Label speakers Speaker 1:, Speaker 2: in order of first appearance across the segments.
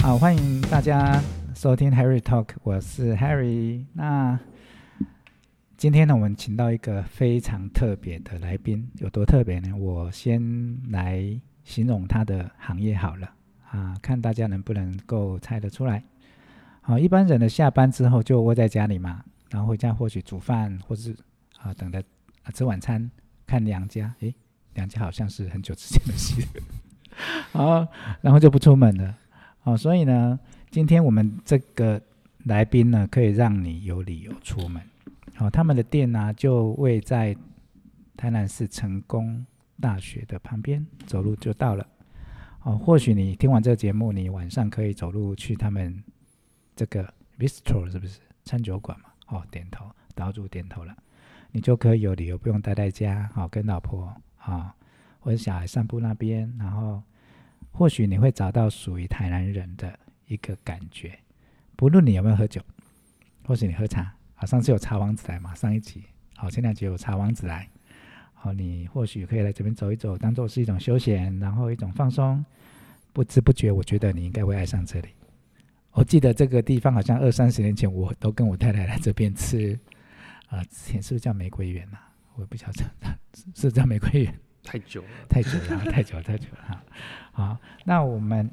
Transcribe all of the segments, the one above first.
Speaker 1: 好，欢迎大家收听 Harry Talk，我是 Harry。那今天呢，我们请到一个非常特别的来宾，有多特别呢？我先来形容他的行业好了啊，看大家能不能够猜得出来。好，一般人的下班之后就窝在家里嘛，然后回家或许煮饭，或是啊等着啊吃晚餐，看娘家。诶，娘家好像是很久之前的事。 好，然后就不出门了。好，所以呢，今天我们这个来宾呢，可以让你有理由出门。好，他们的店呢、就位在台南市成功大学的旁边，走路就到了。哦，或许你听完这个节目，你晚上可以走路去他们这个 bistro 是不是餐酒馆嘛？哦，点头，岛主点头了，你就可以有理由不用待在家，好、跟老婆啊、或者小孩散步那边，然后或许你会找到属于台南人的一个感觉，不论你有没有喝酒，或许你喝茶，好，上次有茶王子来嘛，上一集，好，前两集有茶王子来，好，你或许可以来这边走一走，当做是一种休闲，然后一种放松，不知不觉，我觉得你应该会爱上这里。我记得这个地方好像二三十年前，我都跟我太太来这边吃，啊、之前是不是叫玫瑰园啊呐、我不晓得，是是叫玫瑰园。
Speaker 2: 太久了，
Speaker 1: 太久了，太久了，太久了哈。好，那我们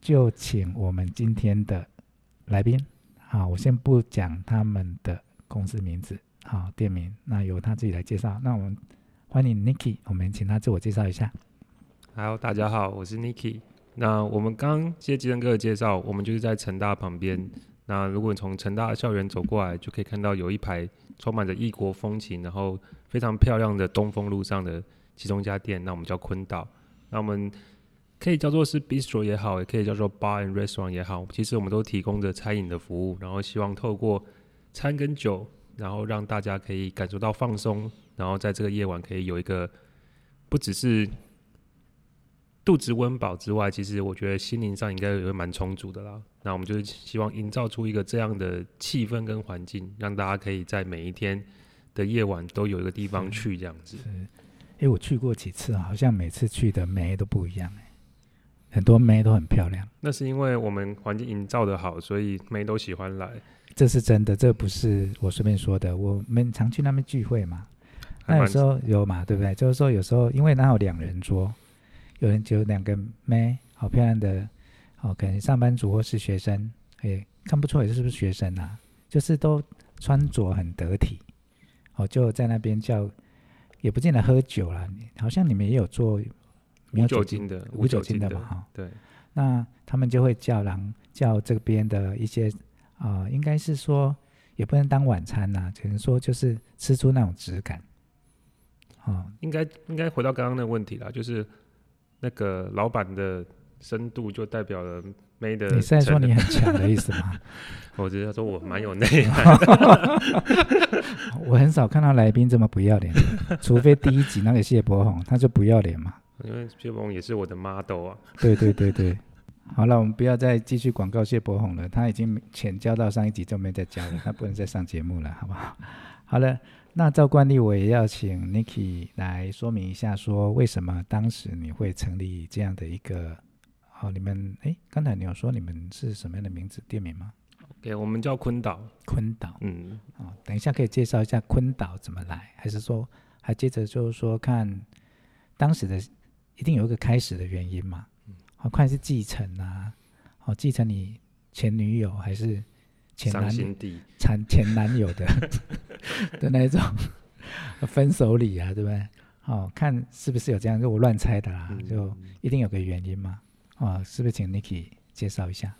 Speaker 1: 就请我们今天的来宾，好，我先不讲他们的公司名字，好，店名，那由他自己来介绍。那我们欢迎 Niki，我们请他自我介绍一下。
Speaker 2: Hello，大家好，我是 Niki。那我们刚接吉恩哥的介绍，我们就是在成大旁边。那如果你从成大校园走过来，就可以看到有一排充满着异国风情，然后非常漂亮的东风路上的其中一家店，那我们叫坤岛。那我们可以叫做是 bistro 也好，也可以叫做 bar and restaurant 也好，其实我们都提供着餐饮的服务，然后希望透过餐跟酒，然后让大家可以感受到放松，然后在这个夜晚可以有一个不只是肚子温饱之外，其实我觉得心灵上应该也会蛮充足的啦。那我们就是希望营造出一个这样的气氛跟环境，让大家可以在每一天的夜晚都有一个地方去这样子。
Speaker 1: 诶，我去过几次，好像每次去的妹都不一样、诶，很多妹都很漂亮，
Speaker 2: 那是因为我们环境营造的好，所以妹都喜欢来。
Speaker 1: 这是真的，这不是我随便说的。我们常去那边聚会嘛，
Speaker 2: 还
Speaker 1: 那有
Speaker 2: 蛮
Speaker 1: 时候有嘛，对不对？就是说有时候因为那有两人桌，有人只有两个妹，好漂亮的，哦，可能上班族或是学生，哎，看不出来是不是学生啊，就是都穿着很得体，哦，就在那边叫，也不见得喝酒啦，你好像你们也有做没
Speaker 2: 无
Speaker 1: 有
Speaker 2: 酒精的，
Speaker 1: 无酒精的嘛，哦哈、
Speaker 2: 对，
Speaker 1: 那他们就会叫狼叫这边的一些啊、呃应该是说也不能当晚餐呐、只能说就是吃出那种质感。哦，
Speaker 2: 应该应该回到刚刚的问题啦，就是那个老板的深度就代表了妹的。
Speaker 1: 你是在说你？很强的意思吗？
Speaker 2: 我只是说我蛮有内
Speaker 1: 我很少看到来宾这么不要脸的，除非第一集那个谢伯宏，他就不要脸嘛。
Speaker 2: 因为薛鹏也是我的 model 啊，
Speaker 1: 对对对对，好了，我们不要再继续广告谢伯宏了，他已经浅交到上一集就没再交了，他不能再上节目了，好不好？好了，那照惯例我也要请 Niki 来说明一下，说为什么当时你会成立这样的一个。好，你们哎，刚才你有说你们是什么样的名字店名吗？
Speaker 2: 对，我们叫昆岛，
Speaker 1: 昆岛
Speaker 2: 嗯，
Speaker 1: 哦，等一下可以介绍一下昆岛怎么来，还是说还接着就是说看当时的一定有一个开始的原因嘛？
Speaker 2: 嗯
Speaker 1: 好、看是继承啊，哦，继承你前女友还是前
Speaker 2: 伤
Speaker 1: 男友
Speaker 2: 心地，
Speaker 1: 前前男友的 的那种分手礼啊，对不对？哦，看是不是有这样，就我乱猜的啦，
Speaker 2: 嗯
Speaker 1: 啊就一定有个原因嘛。哦，是不是请 Niki 介绍一下？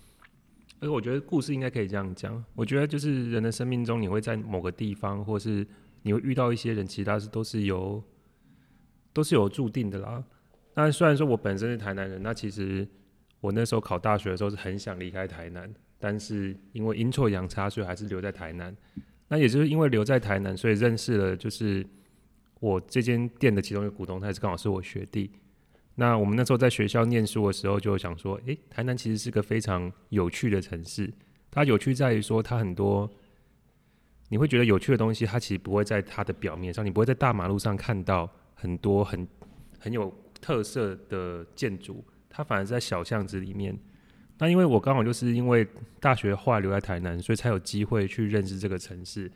Speaker 2: 而哎我觉得故事应该可以这样讲，我觉得就是人的生命中，你会在某个地方，或是你会遇到一些人，其实他是都是有都是有注定的啦。那虽然说我本身是台南人，那其实我那时候考大学的时候是很想离开台南，但是因为阴错阳差，所以还是留在台南。那也就是因为留在台南，所以认识了就是我这间店的其中一个股东，他也是刚好是我学弟。那我们那时候在学校念书的时候，就想说，诶，台南其实是个非常有趣的城市。它有趣在于说，它很多你会觉得有趣的东西，它其实不会在它的表面上，你不会在大马路上看到很多很很有特色的建筑，它反而是在小巷子里面。那因为我刚好就是因为大学后来留在台南，所以才有机会去认识这个城市。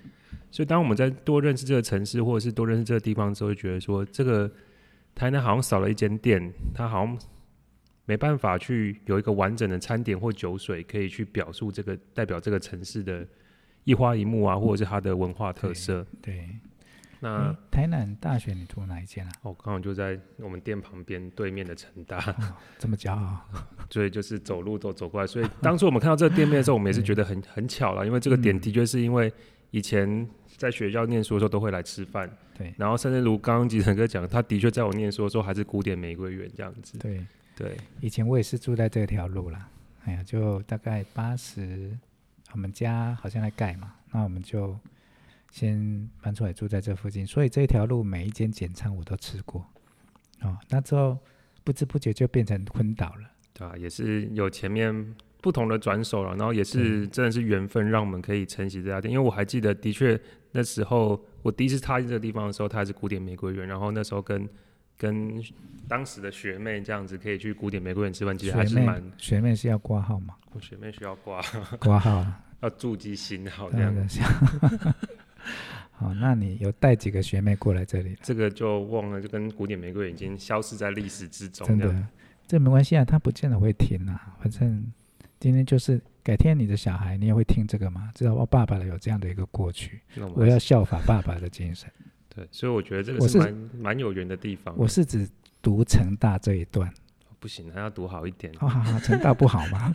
Speaker 2: 所以当我们在多认识这个城市，或者是多认识这个地方之后，就觉得说这个台南好像少了一间店，它好像没办法去有一个完整的餐点或酒水可以去表述这个代表这个城市的一花一木啊，或者是它的文化特色。
Speaker 1: 对，
Speaker 2: 那、
Speaker 1: 诶台南大学你读哪一间啊？
Speaker 2: 我刚好就在我们店旁边对面的成大，
Speaker 1: 这么骄傲，
Speaker 2: 所以就是走路都走过来。所以当初我们看到这个店面的时候，我们也 是觉得很很巧了，因为这个点
Speaker 1: 嗯
Speaker 2: 的确是因为以前在学校念书的时候都会来吃饭，
Speaker 1: 对
Speaker 2: 然后甚至如刚刚吉成哥讲，他的确在我念书的时候还是古典玫瑰园这样子，
Speaker 1: 对，
Speaker 2: 对，
Speaker 1: 以前我也是住在这条路啦，哎呀，就大概八十，我们家好像在盖嘛，那我们就先搬出来住在这附近，所以这条路每一间简餐我都吃过，哦，那之后不知不觉就变成昆岛了，
Speaker 2: 对啊，也是有前面不同的转手了，然后也是真的是缘分让我们可以承袭这家店，因为我还记得，的确那时候我第一次踏进这个地方的时候，它还是古典玫瑰园，然后那时候跟跟当时的学妹这样子可以去古典玫瑰园吃饭，其实还是
Speaker 1: 学妹
Speaker 2: 蛮
Speaker 1: 学妹是要挂号 嘛，
Speaker 2: 我学妹需要挂
Speaker 1: 挂号啊，
Speaker 2: 要筑基心好这
Speaker 1: 当
Speaker 2: 样，
Speaker 1: 然是要。 好，那你有带几个学妹过来这里了？
Speaker 2: 这个就忘了，就跟古典玫瑰园已经消失在历史之中
Speaker 1: 真
Speaker 2: 这样
Speaker 1: 的，这没关系啊，他不见得会听啊。反正今天就是改天你的小孩，你也会听这个嘛，知道哦，爸爸的有这样的一个过去，
Speaker 2: 那我
Speaker 1: 我
Speaker 2: 们
Speaker 1: 要效法爸爸的精神。
Speaker 2: 对，所以我觉得这个
Speaker 1: 我
Speaker 2: 是
Speaker 1: 是
Speaker 2: 蛮蛮有缘的地方。啊
Speaker 1: 我是指读成大这一段，
Speaker 2: 不行，啊还要读好一点。
Speaker 1: 哈哈哈，成大不好吗？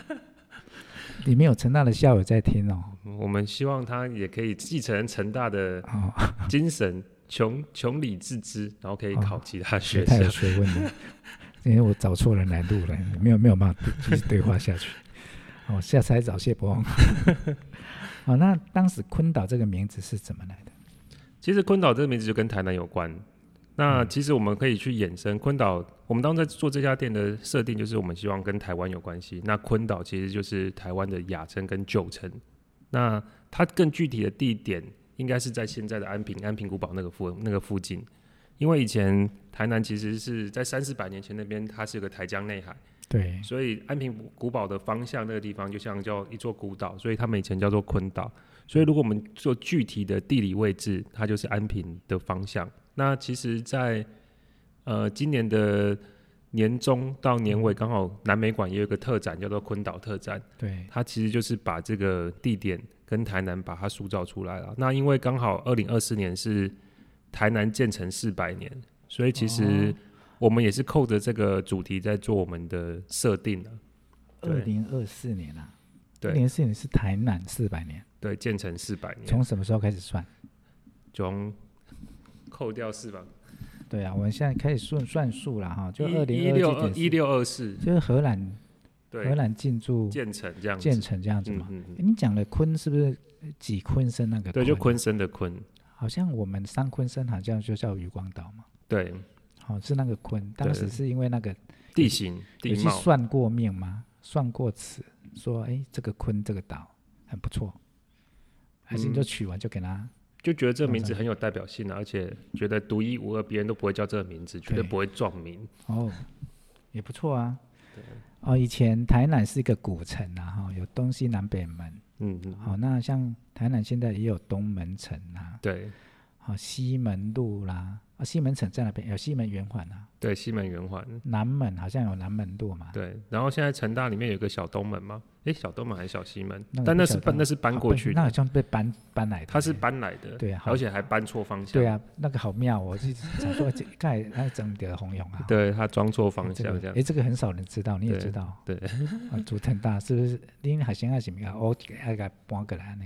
Speaker 1: 里面有成大的校友在听哦，
Speaker 2: 我们希望他也可以继承成大的
Speaker 1: 哦，
Speaker 2: 精神，穷穷理自知，然后可以考其他学校
Speaker 1: 太。有学问了， 因为我找错人来录了，没有没有办法继续对话下去。哦，下次还找谢伯翁。 好，那当时昆岛这个名字是怎么来的？
Speaker 2: 其实昆岛这个名字就跟台南有关。那其实我们可以去衍生昆岛，我们当时在做这家店的设定，就是我们希望跟台湾有关系。那昆岛其实就是台湾的亚琛跟旧城。那它更具体的地点应该是在现在的安平安平古堡那个附那个附近，因为以前台南其实是在三四百年前那边，它是有个台江内海，
Speaker 1: 对，
Speaker 2: 所以安平古堡的方向那个地方就像叫一座孤岛，所以他们以前叫做昆岛。所以如果我们做具体的地理位置，它就是安平的方向。那其实在，呃今年的年中到年尾，刚好南美馆也有一个特展，叫做昆岛特展。
Speaker 1: 对，
Speaker 2: 它其实就是把这个地点跟台南把它塑造出来了。那因为刚好二零二四年是台南建成四百年，所以其实
Speaker 1: 哦
Speaker 2: 我们也是扣着这个主题在做我们的设定的。
Speaker 1: 二
Speaker 2: 对
Speaker 1: 零二四年啊，二零
Speaker 2: 对嗯
Speaker 1: 二四年是台南四百年，
Speaker 2: 对，建成四百年，
Speaker 1: 从什么时候开始算？
Speaker 2: 从扣掉四百，
Speaker 1: 对啊，我们现在开始算算数了哈，就二
Speaker 2: 一
Speaker 1: 零
Speaker 2: 六
Speaker 1: 二
Speaker 2: 一，六二四，
Speaker 1: 就是荷兰荷
Speaker 2: 对，
Speaker 1: 兰进驻
Speaker 2: 建成这样子，
Speaker 1: 建成这样子嘛。
Speaker 2: 嗯嗯嗯，
Speaker 1: 你讲的鲲是不是几鲲生那个？
Speaker 2: 对，就昆。生的昆，
Speaker 1: 好像我们三鲲生好像就叫渔光岛嘛，
Speaker 2: 对，
Speaker 1: 好、是那个鲲。当时是因为那个
Speaker 2: 地形
Speaker 1: 有
Speaker 2: 地
Speaker 1: 去
Speaker 2: 貌，
Speaker 1: 算过命吗？算过词，说哎这个鲲这个岛很不错，还是你就
Speaker 2: 嗯
Speaker 1: 取完就给他
Speaker 2: 就觉得这个名字很有代表性啊，而且觉得独一无二，别人都不会叫这个名字，绝对
Speaker 1: 对
Speaker 2: 不会撞名。
Speaker 1: 哦，也不错啊。哦，以前台南是一个古城啊，哈、有东西南北门。
Speaker 2: 嗯，嗯
Speaker 1: 好、那像台南现在也有东门城啊，
Speaker 2: 对
Speaker 1: 好、西门路啦，啊，西门城在哪边？有西门圆环啊，
Speaker 2: 对，西门圆环。
Speaker 1: 南门好像有南门路嘛。
Speaker 2: 对，然后现在成大里面有个小东门吗？诶，小东门还是小西门
Speaker 1: 那？个
Speaker 2: 但那
Speaker 1: 不
Speaker 2: 是
Speaker 1: 小
Speaker 2: 搬
Speaker 1: 东
Speaker 2: 那是搬
Speaker 1: 哦
Speaker 2: 过
Speaker 1: 被
Speaker 2: 去
Speaker 1: 那好
Speaker 2: 的，
Speaker 1: 像被搬搬来的。
Speaker 2: 它是。搬来的，
Speaker 1: 对啊好
Speaker 2: 而且还搬错方向。
Speaker 1: 对，啊，那个好妙哦，我就一直想说， 这盖那整点红勇啊。
Speaker 2: 对，它装错
Speaker 1: 哎，
Speaker 2: 方
Speaker 1: 这
Speaker 2: 向这
Speaker 1: 个
Speaker 2: 样
Speaker 1: 哎，。这个很少人知道，你也
Speaker 2: 对
Speaker 1: 知道。
Speaker 2: 对
Speaker 1: 啊，竹藤大是不是？因为海鲜爱是咪啊？我爱给它搬过来呢。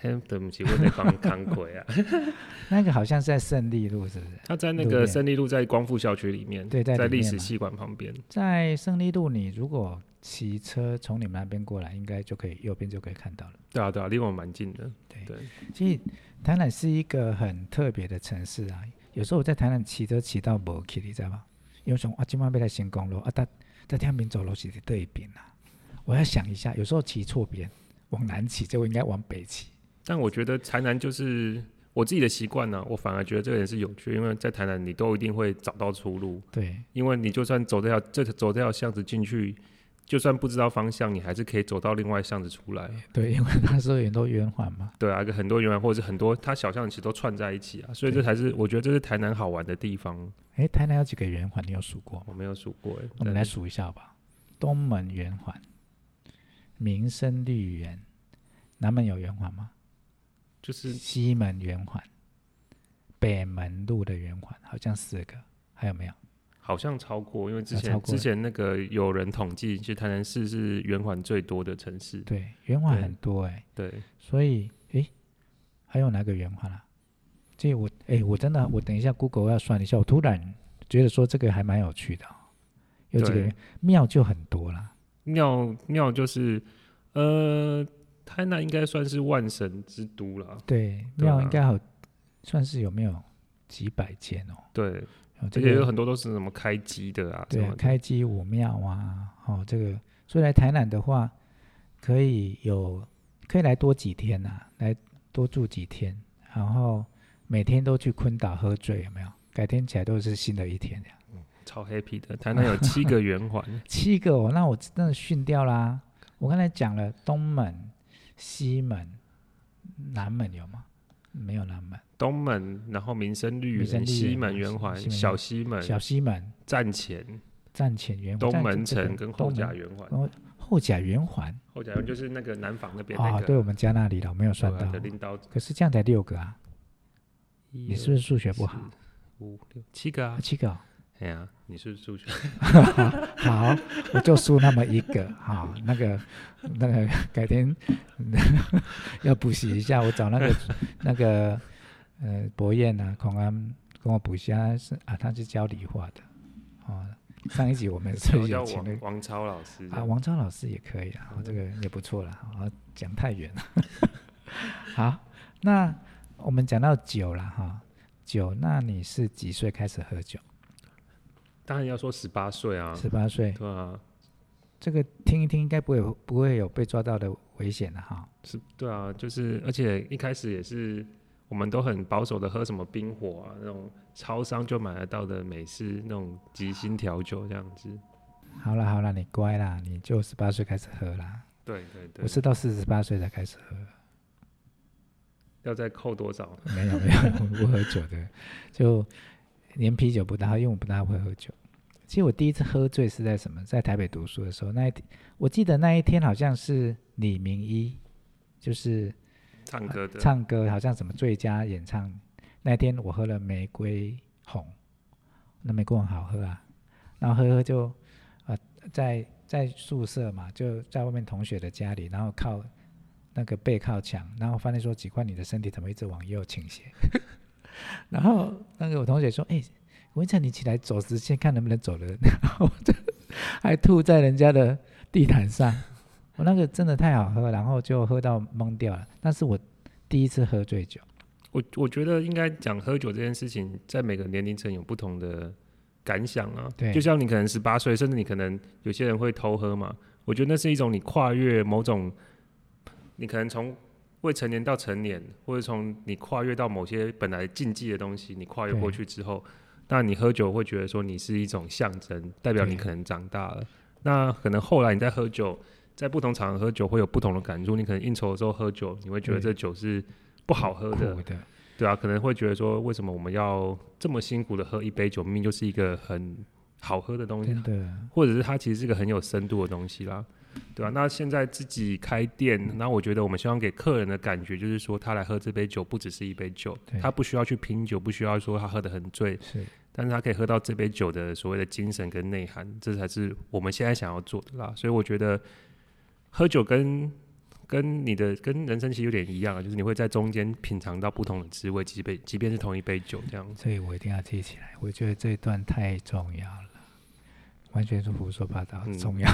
Speaker 2: 嘿，对不起，我在帮康奎 啊。
Speaker 1: 那个好像是在胜利路，是不是？
Speaker 2: 它在那
Speaker 1: 路
Speaker 2: 个
Speaker 1: 边
Speaker 2: 胜利路，在光复校区里面，
Speaker 1: 对在
Speaker 2: 在
Speaker 1: 里
Speaker 2: 历
Speaker 1: 面
Speaker 2: 史
Speaker 1: 嘛
Speaker 2: 系馆旁边。
Speaker 1: 在胜利路，你如果骑车从你们那边过来，应该就可以右边就可以看到了。
Speaker 2: 对啊，对啊，离我们蛮近的。
Speaker 1: 对
Speaker 2: 对，
Speaker 1: 其实台南是一个很特别的城市啊。有时候我在台南骑车骑到无去，你知道吗？因为想啊，今晚要来新公路啊，但在天民走路是对一边啊。我要想一下，有时候骑错边，往南骑，结果应该往北骑。
Speaker 2: 但我觉得台南就是我自己的习惯呢，我反而觉得这个也是有趣，因为在台南你都一定会找到出路，
Speaker 1: 对
Speaker 2: 因为你就算走这条这走这条巷子进去，就算不知道方向，你还是可以走到另外巷子出来。
Speaker 1: 对，因为它是很多圆环嘛。
Speaker 2: 对啊，一个很多圆环或者是很多它小巷其实都串在一起啊，所以这才是我觉得这是台南好玩的地方。
Speaker 1: 哎，台南有几个圆环？你有数过吗？
Speaker 2: 我没有数过哎、
Speaker 1: 我们来数一下好不好？东门圆环、民生绿园，南门有圆环吗？
Speaker 2: 就是
Speaker 1: 西门圆环、北门路的圆环，好像四个，还有没有？
Speaker 2: 好像超过，因为之
Speaker 1: 啊
Speaker 2: 前
Speaker 1: 超过
Speaker 2: 之前那个有人统计，其实台南市是圆环最多的城市。
Speaker 1: 对，圆环
Speaker 2: 对
Speaker 1: 很多哎、
Speaker 2: 对，
Speaker 1: 所以诶，还有哪个圆环啊？这我诶，我真的我等一下 Google 要算一下，我突然觉得说这个还蛮有趣的哦、有几个
Speaker 2: 对
Speaker 1: 圆庙就很多啦，
Speaker 2: 庙庙就是呃，台南应该算是万神之都啦。
Speaker 1: 对，
Speaker 2: 对
Speaker 1: 庙
Speaker 2: 啊
Speaker 1: 应该好算是有没有几百间哦？
Speaker 2: 对，
Speaker 1: 哦
Speaker 2: 而
Speaker 1: 这
Speaker 2: 且
Speaker 1: 个
Speaker 2: 有很多都是什么开机的啊，
Speaker 1: 对
Speaker 2: 什
Speaker 1: 啊
Speaker 2: 么，的
Speaker 1: 开基武庙啊，哦，这个所以来台南的话，可以有可以来多几天呐、来多住几天，然后每天都去昆岛喝醉，有没有？改天起来都是新的一天这样。，
Speaker 2: 超 happy 的。台南有七个圆环
Speaker 1: 七个哦，那我真的训掉啦、我刚才讲了东门、西门、南门有吗？没有南门，
Speaker 2: 东门，然后民生绿
Speaker 1: 民生
Speaker 2: 园、
Speaker 1: 绿
Speaker 2: 西
Speaker 1: 园
Speaker 2: 门
Speaker 1: 啊
Speaker 2: 圆
Speaker 1: 西
Speaker 2: 环、
Speaker 1: 西门
Speaker 2: 小
Speaker 1: 园
Speaker 2: 西门、
Speaker 1: 小西门、
Speaker 2: 站前、
Speaker 1: 站前圆环、
Speaker 2: 东
Speaker 1: 站
Speaker 2: 门
Speaker 1: 前这个
Speaker 2: 城跟后
Speaker 1: 东
Speaker 2: 甲
Speaker 1: 门哦
Speaker 2: 圆环。
Speaker 1: 后甲圆环
Speaker 2: 后甲圆就是那个南坊那边那
Speaker 1: 啊，
Speaker 2: 个
Speaker 1: 对我们家那里了，我没有算
Speaker 2: 对啊
Speaker 1: 到
Speaker 2: 的。领导。
Speaker 1: 可是这样才六个啊，
Speaker 2: 你
Speaker 1: 你是不是数学不好？
Speaker 2: 五六七个啊
Speaker 1: 啊，？七个哦、
Speaker 2: 哎呀，你是不是数学？
Speaker 1: 好，我就输那么一个。 好，那个那个， 改天、嗯要补习一下，我找那 个那个呃博彦啊，孔安跟我补习，他是啊，他是教理化的。哦，上一集我们是
Speaker 2: 我哦叫
Speaker 1: 有请那
Speaker 2: 王
Speaker 1: 个
Speaker 2: 王超老师嗯
Speaker 1: 啊，王超老师也可以啊，哦这个也不错啦。啊，讲太远了。 好，那我们讲到酒了哈、酒，那你是几岁开始喝酒？
Speaker 2: 当然要说十八岁啊，
Speaker 1: 十八岁。
Speaker 2: 对啊，
Speaker 1: 这个听一听，应该不会有不会有被抓到的危险的哈。
Speaker 2: 是，对啊，就是，而且一开始也是我们都很保守的喝什么冰火啊，那种超商就买得到的美式那种即兴调酒这样子。
Speaker 1: 好啦好啦，你乖啦，你就十八岁开始喝啦。
Speaker 2: 对对对，
Speaker 1: 我是到四十八岁才开始喝，
Speaker 2: 要再扣多少？
Speaker 1: 没有没有，我不喝酒的， 就连啤酒不大，因为我不大会喝酒。其实我第一次喝醉是在什么？在台北读书的时候，那一天我记得那一天好像是李明一，就是
Speaker 2: 唱歌的，
Speaker 1: 唱歌，好像什么最佳演唱。那天我喝了玫瑰红，那玫瑰红好喝啊。然后喝喝就，呃，在在宿舍嘛，就在外面同学的家里，然后靠那个背靠墙，然后发现说，奇怪，你的身体怎么一直往右倾斜？ 然后那个我同学说，哎、文成，你起来走直线，看能不能走人。然后我就还吐在人家的地毯上，我那个真的太好喝，然后就喝到懵掉了。那是我第一次喝醉酒，
Speaker 2: 我我觉得应该讲喝酒这件事情，在每个年龄层有不同的感想啊。
Speaker 1: 对
Speaker 2: 就像你可能十八岁，甚至你可能有些人会偷喝嘛。我觉得那是一种你跨越某种，你可能从未成年到成年，或者从你跨越到某些本来禁忌的东西，你跨越过
Speaker 1: 对
Speaker 2: 去之后，那你喝酒会觉得说你是一种象征，代表你
Speaker 1: 对
Speaker 2: 可能长大了。那可能后来你在喝酒，在不同场合喝酒会有不同的感触。你可能应酬的时候喝酒，你会觉得
Speaker 1: 对
Speaker 2: 这酒是不好喝的
Speaker 1: 苦，的，
Speaker 2: 对啊，可能会觉得说，为什么我们要这么辛苦的喝一杯酒？明明就是一个很好喝的东西
Speaker 1: 真，的，
Speaker 2: 或者是它其实是一个很有深度的东西啦，对啊，那现在自己开店，那我觉得我们希望给客人的感觉就是说，他来喝这杯酒不只是一杯酒，
Speaker 1: 对
Speaker 2: 他不需要去拼酒，不需要说他喝得很醉，
Speaker 1: 是
Speaker 2: 但是他可以喝到这杯酒的所谓的精神跟内涵，这才是我们现在想要做的啦。所以我觉得喝酒跟跟你的跟人生其实有点一样啊，就是你会在中间品尝到不同的滋味，即便即便是同一杯酒 这样子。
Speaker 1: 所以我一定要记起来。我觉得这一段太重要了，完全是胡说八道，
Speaker 2: 嗯
Speaker 1: 重要。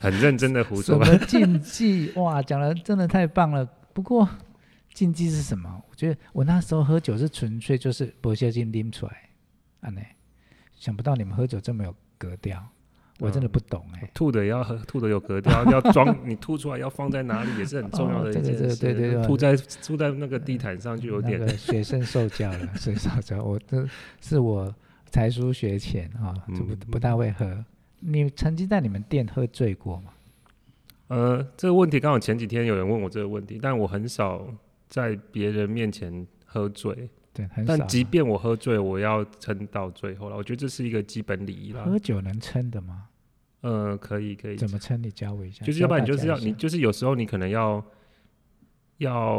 Speaker 2: 很认真的 胡
Speaker 1: 什
Speaker 2: 说吧，
Speaker 1: 么禁忌？哇，讲的真的太棒了。不过禁忌是什么？我觉得我那时候喝酒是纯粹就是不小心拎出来，啊呢，想不到你们喝酒这么有格调，我真的
Speaker 2: 嗯
Speaker 1: 不懂哎、
Speaker 2: 吐的也要喝，吐的有 格调，要装你吐出来要放在哪里也是很重要
Speaker 1: 哦
Speaker 2: 的一
Speaker 1: 这个
Speaker 2: 件事。
Speaker 1: 这个对对对呃
Speaker 2: 吐在吐在那个地毯上就有点
Speaker 1: 嗯那个学生受教 了，
Speaker 2: 嗯
Speaker 1: 所以受教。我这是我才疏学浅啊，就不不大会喝。你曾经在你们店喝醉过吗？
Speaker 2: 呃，这个问题刚好前几天有人问我这个问题，但我很少在别人面前喝醉。
Speaker 1: 对，很啊少
Speaker 2: 但
Speaker 1: 嘛。
Speaker 2: 即便我喝醉，我要撑到最后了。我觉得这是一个基本礼仪啦。
Speaker 1: 喝酒能撑的吗？
Speaker 2: 呃，可以可以，
Speaker 1: 怎么撑？你教我一下。
Speaker 2: 就是
Speaker 1: 教
Speaker 2: 要不然你
Speaker 1: 大
Speaker 2: 就是
Speaker 1: 家
Speaker 2: 要
Speaker 1: 一
Speaker 2: 你
Speaker 1: 下
Speaker 2: 就是有时候你可能要要，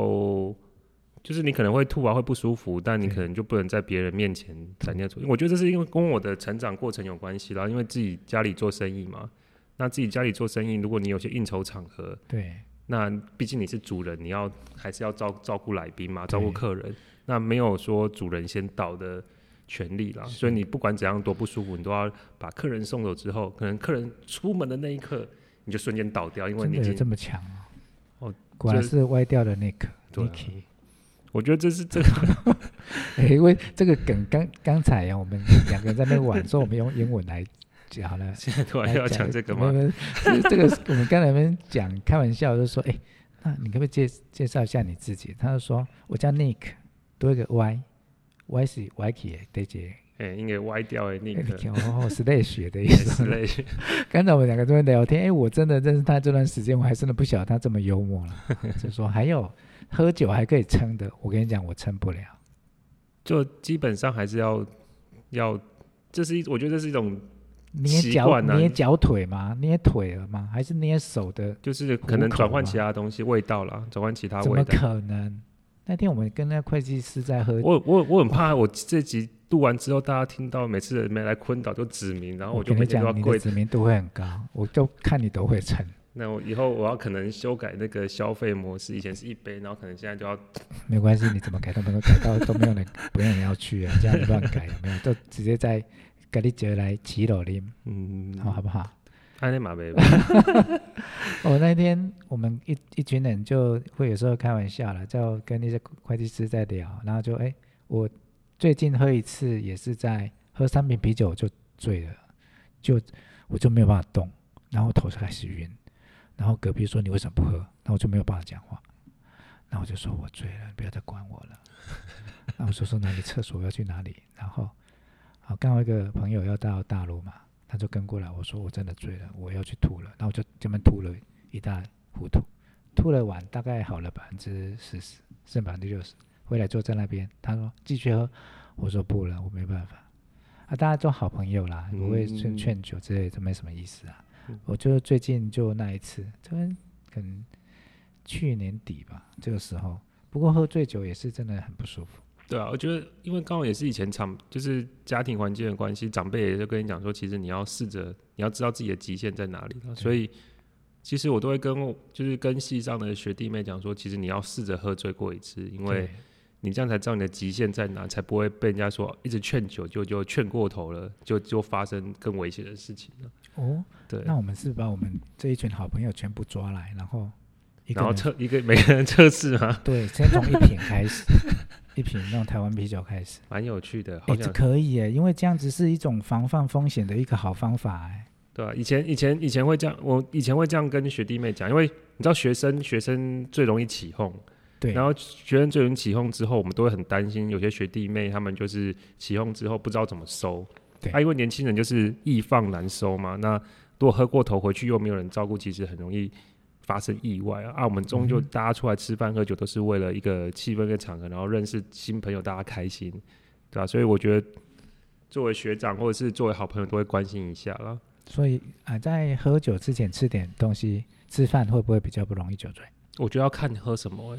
Speaker 2: 就是你可能会吐啊，会不舒服，但你
Speaker 1: 对
Speaker 2: 可能就不能在别人面前展现出。我觉得这是因为跟我的成长过程有关系啦，因为自己家里做生意嘛。那自己家里做生意，如果你有些应酬场合，
Speaker 1: 对
Speaker 2: 那毕竟你是主人，你要还是要照照顾来宾嘛，照顾
Speaker 1: 对
Speaker 2: 客人。那没有说主人先到的权利啦，所以你不管怎样多不舒服，你都要把客人送走之后，可能客人出门的那一刻，你就瞬间倒掉，因为
Speaker 1: 真
Speaker 2: 你
Speaker 1: 的
Speaker 2: 已
Speaker 1: 有
Speaker 2: 经
Speaker 1: 这么强啊？
Speaker 2: 哦，
Speaker 1: 果然
Speaker 2: 就是
Speaker 1: 歪掉的 Nick。
Speaker 2: 对啊
Speaker 1: Nicky，
Speaker 2: 我觉得这是这个
Speaker 1: 哎，因为这个梗刚刚才啊，我们两个人在那边玩， 说我们用英文来讲好了。
Speaker 2: 现在突
Speaker 1: 来
Speaker 2: 然要讲这个
Speaker 1: 没有
Speaker 2: 吗？
Speaker 1: 没有是这个是我们刚才那边讲开玩笑，就说哎，那你可不可以介介绍一下你自己？他就说我叫 Nick，多一个 Y，Y 是 Yiki 的姐，
Speaker 2: 哎、应该歪掉哎、那
Speaker 1: 哎
Speaker 2: 个
Speaker 1: Nick 哦，slash 的意
Speaker 2: 也
Speaker 1: 思
Speaker 2: 是。类似，
Speaker 1: 刚才我们两个这边聊天，哎，我真的认识他这段时间，我还真的不晓得他这么幽默 了。就说还有喝酒还可以撑的，我跟你讲，我撑不了。
Speaker 2: 就基本上还是要要，这是一我觉得这是一种，
Speaker 1: 捏
Speaker 2: 习
Speaker 1: 脚、
Speaker 2: 惯啊
Speaker 1: 捏脚腿吗？捏腿了吗？还是捏手的？
Speaker 2: 就是可能
Speaker 1: 糊口
Speaker 2: 转换
Speaker 1: 嘛
Speaker 2: 其他东西味道啦，转换其他
Speaker 1: 怎
Speaker 2: 味
Speaker 1: 么
Speaker 2: 道。
Speaker 1: 可能？那天我们跟那会计师在喝，
Speaker 2: 我我我很怕我这集录完之后，大家听到每次人没来昆岛就指名，然后我就
Speaker 1: 跟
Speaker 2: 每
Speaker 1: 你
Speaker 2: 天都要
Speaker 1: 讲，你的
Speaker 2: 跪。
Speaker 1: 知名度会很高，我就看你都会撑。
Speaker 2: 那我以后我要可能修改那个消费模式，以前是一杯，然后可能现在就要
Speaker 1: 没关系，你怎么改都没有改到都没有人，没有人要去啊，这样你乱改有没有？就直接在咖喱节来骑楼拎，
Speaker 2: 嗯，
Speaker 1: 好 好不好？
Speaker 2: 安内啊马杯 吧。
Speaker 1: 我那天我们一一群人就会有时候开玩笑了，就跟那些会计师在聊，然后就哎，我最近喝一次也是在喝三瓶啤酒就醉了，就我就没有办法动，然后头就开始晕，然后隔壁说你为什么不喝，然后我就没有办法讲话，然后我就说我醉了，你不要再管我了， 然啊后我就说哪里厕所我要去哪里，然后好刚好一个朋友要到大陆嘛。他就跟过来，我说我真的醉了，我要去吐了，然后我就这边吐了一大糊涂，吐了完大概好了百分之四十，剩百分之六十，回来坐在那边，他说继续喝，我说不了，我没办法。啊，大家都好朋友啦，不会劝
Speaker 2: 嗯
Speaker 1: 劝酒之类的，这没什么意思啊
Speaker 2: 嗯。
Speaker 1: 我就最近就那一次，这边可能去年底吧，这个时候，不过喝醉酒也是真的很不舒服。
Speaker 2: 对啊，我觉得因为刚好也是以前长就是家庭环境的关系，长辈也就跟你讲说，其实你要试着你要知道自己的极限在哪里了。所以其实我都会跟我就是跟系上的学弟妹讲说，其实你要试着喝醉过一次，因为
Speaker 1: 对
Speaker 2: 你这样才知道你的极限在哪，才不会被人家说一直劝酒就就劝过头了，就就发生更危险的事情了。
Speaker 1: 哦，
Speaker 2: 对，
Speaker 1: 那我们是把我们这一群好朋友全部抓来，然后一个
Speaker 2: 然后
Speaker 1: 人
Speaker 2: 测一个每个人测试嘛，
Speaker 1: 对，先从一瓶开 始，一瓶那种台湾啤酒开始，
Speaker 2: 蛮有趣的，
Speaker 1: 哎、
Speaker 2: 好
Speaker 1: 这
Speaker 2: 像
Speaker 1: 可以耶，因为这样子是一种防范风险的一个好方法哎。
Speaker 2: 对啊，以前以前以前会这样，我以前会这样跟学弟妹讲，因为你知道学生学生最容易起哄，
Speaker 1: 对，
Speaker 2: 然后学生最容易起哄之后，我们都会很担心，有些学弟妹他们就是起哄之后不知道怎么收，
Speaker 1: 对
Speaker 2: 啊，因为年轻人就是易放难收嘛，那如果喝过头回去又没有人照顾，其实很容易。发生意外啊！啊，我们终究
Speaker 1: 嗯哼
Speaker 2: 大家出来吃饭喝酒都是为了一个气氛跟场合，然后认识新朋友，大家开心，对吧、所以我觉得作为学长或者是作为好朋友都会关心一下啦。
Speaker 1: 所以啊、在喝酒之前吃点东西，吃饭会不会比较不容易酒醉？
Speaker 2: 我觉得要看你喝什么、欸，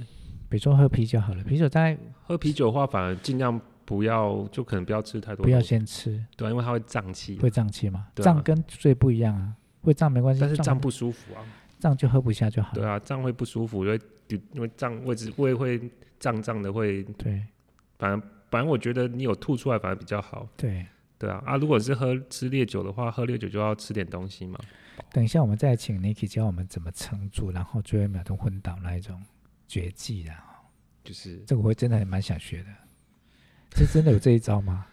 Speaker 1: 比如说喝啤酒好了，啤酒大概
Speaker 2: 喝啤酒的话，反而尽量不要，就可能不要吃太多东
Speaker 1: 不
Speaker 2: 西，
Speaker 1: 要先吃，
Speaker 2: 对啊，因为它会胀气，
Speaker 1: 会胀气吗？
Speaker 2: 对啊
Speaker 1: 胀跟醉不一样啊，会胀没关系，
Speaker 2: 但是胀
Speaker 1: 不
Speaker 2: 不舒服啊，
Speaker 1: 胀就喝不下就好
Speaker 2: 对
Speaker 1: 了。
Speaker 2: 啊，胀会不舒服，因为因为胀位置胃会胀胀的会，
Speaker 1: 对
Speaker 2: 反而反正我觉得你有吐出来反而比较好，
Speaker 1: 对，
Speaker 2: 对啊啊，如果是喝吃烈酒的话，喝烈酒就要吃点东西嘛，
Speaker 1: 等一下我们再请 Niki 教我们怎么撑住，然后最后一秒钟昏倒那一种绝技啦。
Speaker 2: 就是
Speaker 1: 这个我真的还蛮想学的。这真的有这一招吗？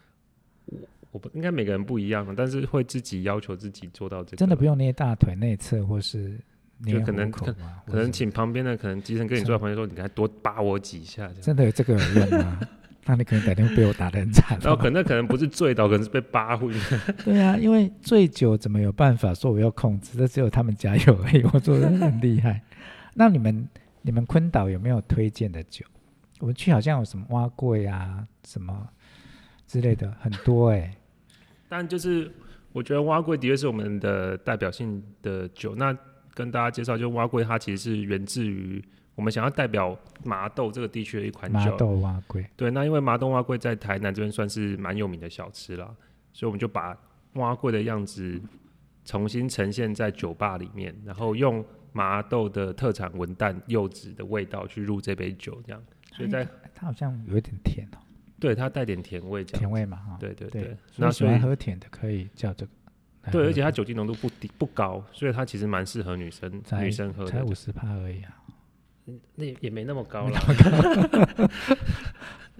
Speaker 2: 我不应该每个人不一样，啊但是会自己要求自己做到这个，
Speaker 1: 真的不用捏大腿内侧或是捏
Speaker 2: 就可能
Speaker 1: 虎口吗？
Speaker 2: 可
Speaker 1: 或
Speaker 2: 能
Speaker 1: 者
Speaker 2: 请旁边的可能医生跟你坐在旁边说，你该多扒我几下这样。
Speaker 1: 真的有这个有用吗？那你可能改天会被我打得很 惨
Speaker 2: 然后可
Speaker 1: 哦。
Speaker 2: 能那可能不是醉倒，可能是被扒昏。
Speaker 1: 对啊，因为醉酒怎么有办法说我要控制？这只有他们家有而已。我说得很厉害。那你们你们昆岛有没有推荐的酒？我们去好像有什么蛙桂啊，什么之类的，很多哎、
Speaker 2: 但就是我觉得蛙桂的确是我们的代表性的酒。那跟大家介绍，就蛙桂它其实是源自于我们想要代表麻豆这个地区的一款
Speaker 1: 麻
Speaker 2: 酒。
Speaker 1: 豆蛙桂。
Speaker 2: 对，那因为麻豆蛙桂在台南这边算是蛮有名的小吃啦，所以我们就把蛙桂的样子重新呈现在酒吧里面，然后用麻豆的特产文旦柚子的味道去入这杯酒，这样，所以在
Speaker 1: 哎它好像有一点甜哦，
Speaker 2: 对它带点甜味，这样
Speaker 1: 甜味嘛哈、
Speaker 2: 对对
Speaker 1: 对
Speaker 2: 对，
Speaker 1: 所
Speaker 2: 那
Speaker 1: 以喜
Speaker 2: 所以
Speaker 1: 欢喝甜的可以叫这个来喝。
Speaker 2: 对，而且它酒精浓度不低不高，所以它其实蛮适合女生
Speaker 1: 才
Speaker 2: 女生喝
Speaker 1: 才
Speaker 2: 的
Speaker 1: 五，十帕而已啊，
Speaker 2: 那也没那么高了。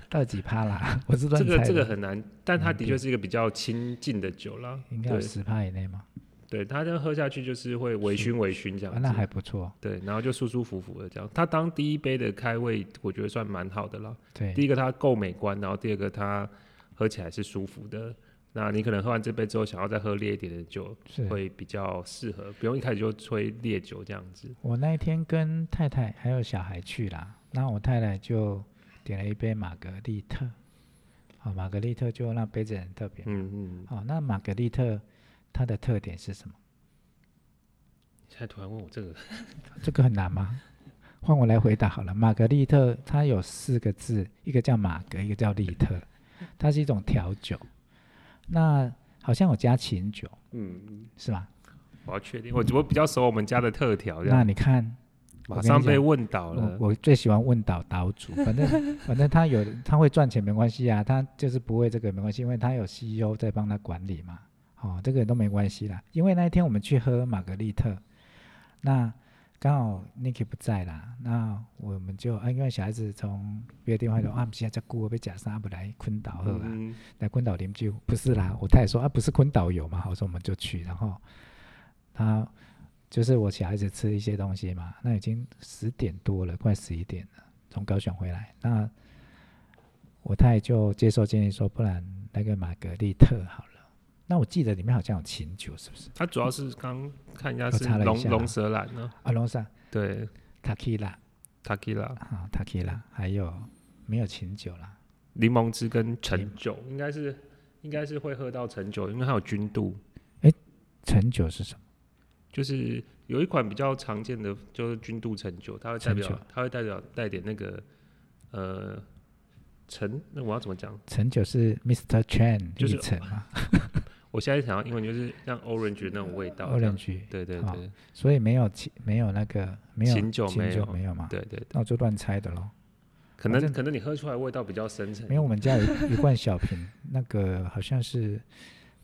Speaker 1: 到几帕啦？ 我是
Speaker 2: 这
Speaker 1: 乱猜
Speaker 2: 个
Speaker 1: 的。
Speaker 2: 这个很难，但它
Speaker 1: 难
Speaker 2: 的确
Speaker 1: 辨
Speaker 2: 是一个比较亲近的酒啦。
Speaker 1: 应该有
Speaker 2: 对
Speaker 1: 十帕以内嘛、
Speaker 2: 对，它这样喝下去就是会微醺微醺这
Speaker 1: 啊，
Speaker 2: 样
Speaker 1: 那
Speaker 2: 子，
Speaker 1: 还不错。
Speaker 2: 对，然后就舒舒服服的这样。它当第一杯的开胃，我觉得算蛮好的啦。
Speaker 1: 对
Speaker 2: 第，一个它够美观，然后第二个它喝起来是舒服的。那你可能喝完这杯之后，想要再喝烈一点的酒，
Speaker 1: 是
Speaker 2: 会比较适合，不用一开始就吹烈酒这样子。
Speaker 1: 我那一天跟太太还有小孩去啦，那我太太就点了一杯玛格丽特，好、玛格丽特就那杯子很特别。
Speaker 2: 嗯嗯，
Speaker 1: 好、那玛格丽特它的特点是什么？
Speaker 2: 现在突然问我这个，
Speaker 1: 这个很难吗？换我来回答好了。玛格丽特它有四个字，一个叫玛格，一个叫丽特，它是一种调酒。那好像有加琴酒
Speaker 2: 嗯，
Speaker 1: 是吧？
Speaker 2: 我要确定，我我比较熟我们家的特调，这
Speaker 1: 那
Speaker 2: 样
Speaker 1: 你看，我
Speaker 2: 马
Speaker 1: 跟
Speaker 2: 上
Speaker 1: 你
Speaker 2: 被
Speaker 1: 讲
Speaker 2: 问倒
Speaker 1: 我
Speaker 2: 了。
Speaker 1: 我最喜欢问岛岛主，反正反正他有他会赚钱没关系啊，他就是不会这个没关系，因为他有 CEO 在帮他管理嘛，哦，这个都没关系啦。因为那一天我们去喝玛格丽特，那刚好 Niki 不在啦，那我们就、啊、因为小孩子从别的地方说啊，不是在姑被假杀不来昆岛喝啊，
Speaker 2: 嗯，
Speaker 1: 来昆岛邻居不是啦，我太太说啊，不是昆岛有嘛，好，说我们就去，然后他就是我小孩子吃一些东西嘛，那已经十点多了，快十一点了，从高雄回来，那我太太就接受建议说，不然来个玛格丽特好了。那我记得里面好像有琴酒，是不是？
Speaker 2: 它主要是刚看一下
Speaker 1: 我
Speaker 2: 是
Speaker 1: 查了一
Speaker 2: 龙
Speaker 1: 下
Speaker 2: 龙舌兰呢，
Speaker 1: 阿啊龙山
Speaker 2: 对
Speaker 1: t a k i l a
Speaker 2: t a k i l a
Speaker 1: 啊 t a k i l a 还有没有琴酒啦？
Speaker 2: 柠檬汁跟橙酒，应该是应该是会喝到橙酒，因为它有菌度。
Speaker 1: 橙酒是什么？
Speaker 2: 就是有一款比较常见的，就是君度橙酒，它会代
Speaker 1: 橙
Speaker 2: 表
Speaker 1: 酒
Speaker 2: 它会代表带点那个呃橙，那我要怎么讲？
Speaker 1: 橙酒是 Mr. Chen
Speaker 2: 就是啊
Speaker 1: 立橙嘛
Speaker 2: 我现在想要英文就是像 orange 的那种味道这样。
Speaker 1: ，Orange
Speaker 2: 对对
Speaker 1: 好
Speaker 2: 对
Speaker 1: 所以没有琴，没有那个，没有
Speaker 2: 琴酒没有
Speaker 1: 没有嘛？
Speaker 2: 对对，
Speaker 1: 那我就乱猜的喽。
Speaker 2: 可能
Speaker 1: 反正
Speaker 2: 可能你喝出来味道比较深沉。
Speaker 1: 因为我们家有一一罐小瓶， 那个好像是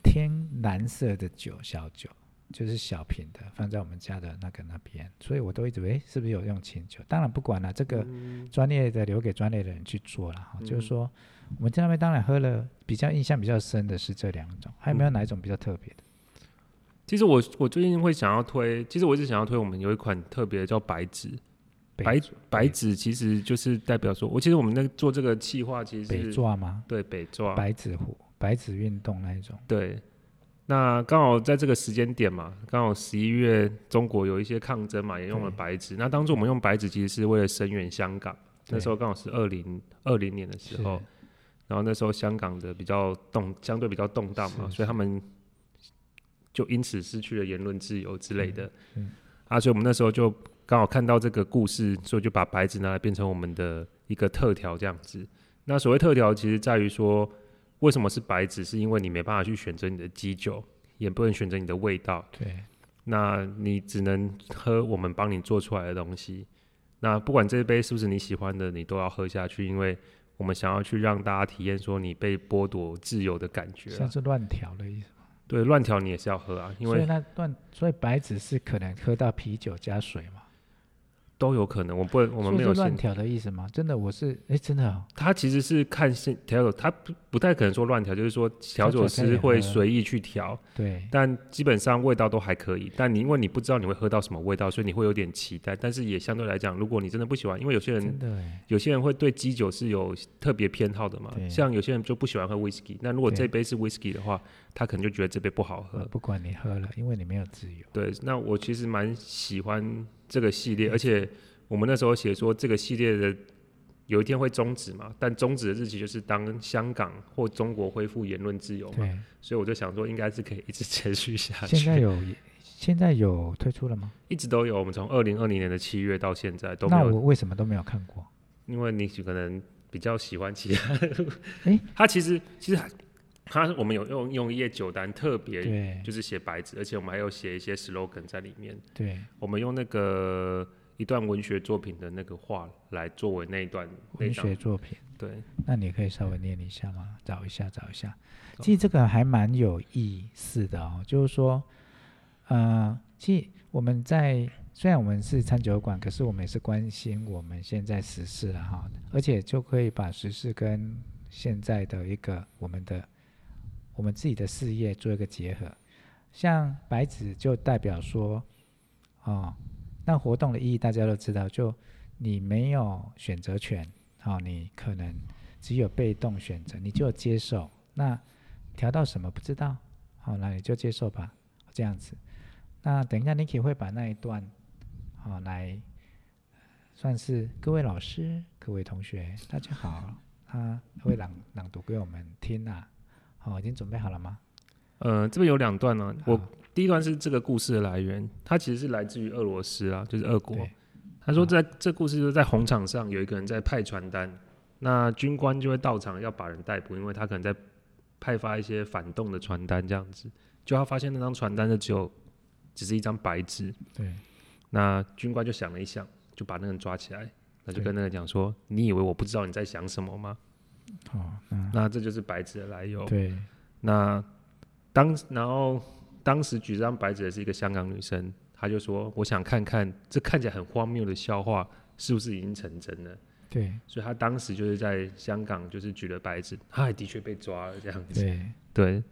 Speaker 1: 天蓝色的酒，小酒，就是小瓶的，放在我们家的那个那边，所以我都一直诶，是不是有用琴酒？当然不管了，这个
Speaker 2: 嗯
Speaker 1: 专业的留给专业的人去做了哈。就
Speaker 2: 嗯
Speaker 1: 是说，我们在那边当然喝了，比较印象比较深的是这两种，还有没有
Speaker 2: 嗯
Speaker 1: 哪一种比较特别的？
Speaker 2: 其实我我最近会想要推，其实我一直想要推我们有一款特别的叫白纸，
Speaker 1: 北
Speaker 2: 白
Speaker 1: 抓
Speaker 2: 白纸其实就是代表说，我其实我们那个做这个企划其
Speaker 1: 北
Speaker 2: 实是啊
Speaker 1: 抓吗？
Speaker 2: 对北抓
Speaker 1: 白纸壶、白纸运动那一种，
Speaker 2: 对，那刚好在这个时间点嘛，刚好十一月中国有一些抗争嘛，也用了
Speaker 1: 对
Speaker 2: 白纸。那当初我们用白纸其实是为了声援香港，那
Speaker 1: 对
Speaker 2: 时候刚好是二零二零年的时候
Speaker 1: 是，
Speaker 2: 然后那时候香港的比较动，相对比较动荡嘛，
Speaker 1: 是
Speaker 2: 所以他们就因此失去了言论自由之类的。
Speaker 1: 嗯
Speaker 2: 啊，所以我们那时候就刚好看到这个故事，所以就把白纸拿来变成我们的一个特调这样子。那所谓特调，其实在于说，为什么是白纸？是因为你没办法去选择你的基酒，也不能选择你的味道，
Speaker 1: 对，
Speaker 2: 那你只能喝我们帮你做出来的东西。那不管这一杯是不是你喜欢的，你都要喝下去，因为我们想要去让大家体验说你被剥夺自由的感觉啊、
Speaker 1: 像是乱调的意思。
Speaker 2: 对，乱调你也是要喝啊，因
Speaker 1: 所以
Speaker 2: 为
Speaker 1: 那段，所以白纸是可能喝到啤酒加水嘛？
Speaker 2: 都有可能。我不能，我们没
Speaker 1: 所
Speaker 2: 有
Speaker 1: 以是
Speaker 2: 限
Speaker 1: 乱调的意思吗？真的，我是哎，真的、哦，
Speaker 2: 他其实是看现调酒，他不不太可能说乱调，就是说
Speaker 1: 调
Speaker 2: 调酒
Speaker 1: 酒可
Speaker 2: 师
Speaker 1: 以喝
Speaker 2: 会随意去调，
Speaker 1: 对，
Speaker 2: 但基本上味道都还可以。但你因为你不知道你会喝到什么味道，所以你会有点期待。但是也相对来讲，如果你真的不喜欢，因为有些人
Speaker 1: 真的哎，
Speaker 2: 有些人会对基酒是有特别偏好的嘛
Speaker 1: 对，
Speaker 2: 像有些人就不喜欢喝 whisky。那如果
Speaker 1: 对嗯
Speaker 2: 这杯是 whisky 的话，他可能就觉得这杯不好喝。
Speaker 1: 不管你喝了，因为你没有自由，
Speaker 2: 对，那我其实蛮喜欢这个系
Speaker 1: 嗯
Speaker 2: 列，而且我们那时候写说这个系列的有一天会终止嘛，但终止的日期就是当香港或中国恢复言论自由嘛，
Speaker 1: 对，
Speaker 2: 所以我就想说应该是可以一直持续下
Speaker 1: 现在
Speaker 2: 去，
Speaker 1: 有现在有推出了吗？
Speaker 2: 一直都有。我们从二零二零年的七月到现在都没
Speaker 1: 那
Speaker 2: 有，
Speaker 1: 我为什么都没有看过？
Speaker 2: 因为你可能比较喜欢其他，
Speaker 1: 诶
Speaker 2: 他其实其实他我们有用用一页酒单特别。
Speaker 1: 对
Speaker 2: 就是写白纸，而且我们还有写一些 slogan 在里面。
Speaker 1: 对，
Speaker 2: 我们用那个一段文学作品的那个话来作为那一段那一
Speaker 1: 文
Speaker 2: 张
Speaker 1: 学作品，
Speaker 2: 对
Speaker 1: 那你可以稍微念一下吗？找一下，找一下。
Speaker 2: 找
Speaker 1: 其实这个还蛮有意思的哦，就是说，呃，其实我们在虽然我们是餐酒馆，可是我们也是关心我们现在时事了哈，而且就可以把时事跟现在的一个我们的我们自己的事业做一个结合。像白纸就代表说，哦，那活动的意义大家都知道，就你没有选择权，哦，你可能只有被动选择，你就接受。那调到什么不知道，好、那你就接受吧，这样子。那等一下 Niki 会把那一段，好、来，算是各位老师、各位同学，大家好，他会朗朗读给我们听啊。好、已经准备好了吗？
Speaker 2: 呃，这边有两段呢、我
Speaker 1: 好
Speaker 2: 第一段是这个故事的来源，它其实是来自于俄罗斯啊，就是俄国。
Speaker 1: 对
Speaker 2: 他说在这故事就是在红场上有一个人在派传单，那军官就会到场要把人逮捕，因为他可能在派发一些反动的传单这样子。就他发现那张传单就只有只是一张白纸，
Speaker 1: 对
Speaker 2: 那军官就想了一想，就把那个人抓起来，那就跟那个人讲说：“你以为我不知道你在想什么吗？”
Speaker 1: 哦，那
Speaker 2: 那这就是白纸的来由。
Speaker 1: 对
Speaker 2: 那当然后当时举这张白纸的是一个香港女生，她就说：“我想看看这看起来很荒谬的笑话是不是已经成真了。
Speaker 1: 对”
Speaker 2: 所以她当时就是在香港就是举了白纸，她也的确被抓了这样子。
Speaker 1: 对
Speaker 2: 对，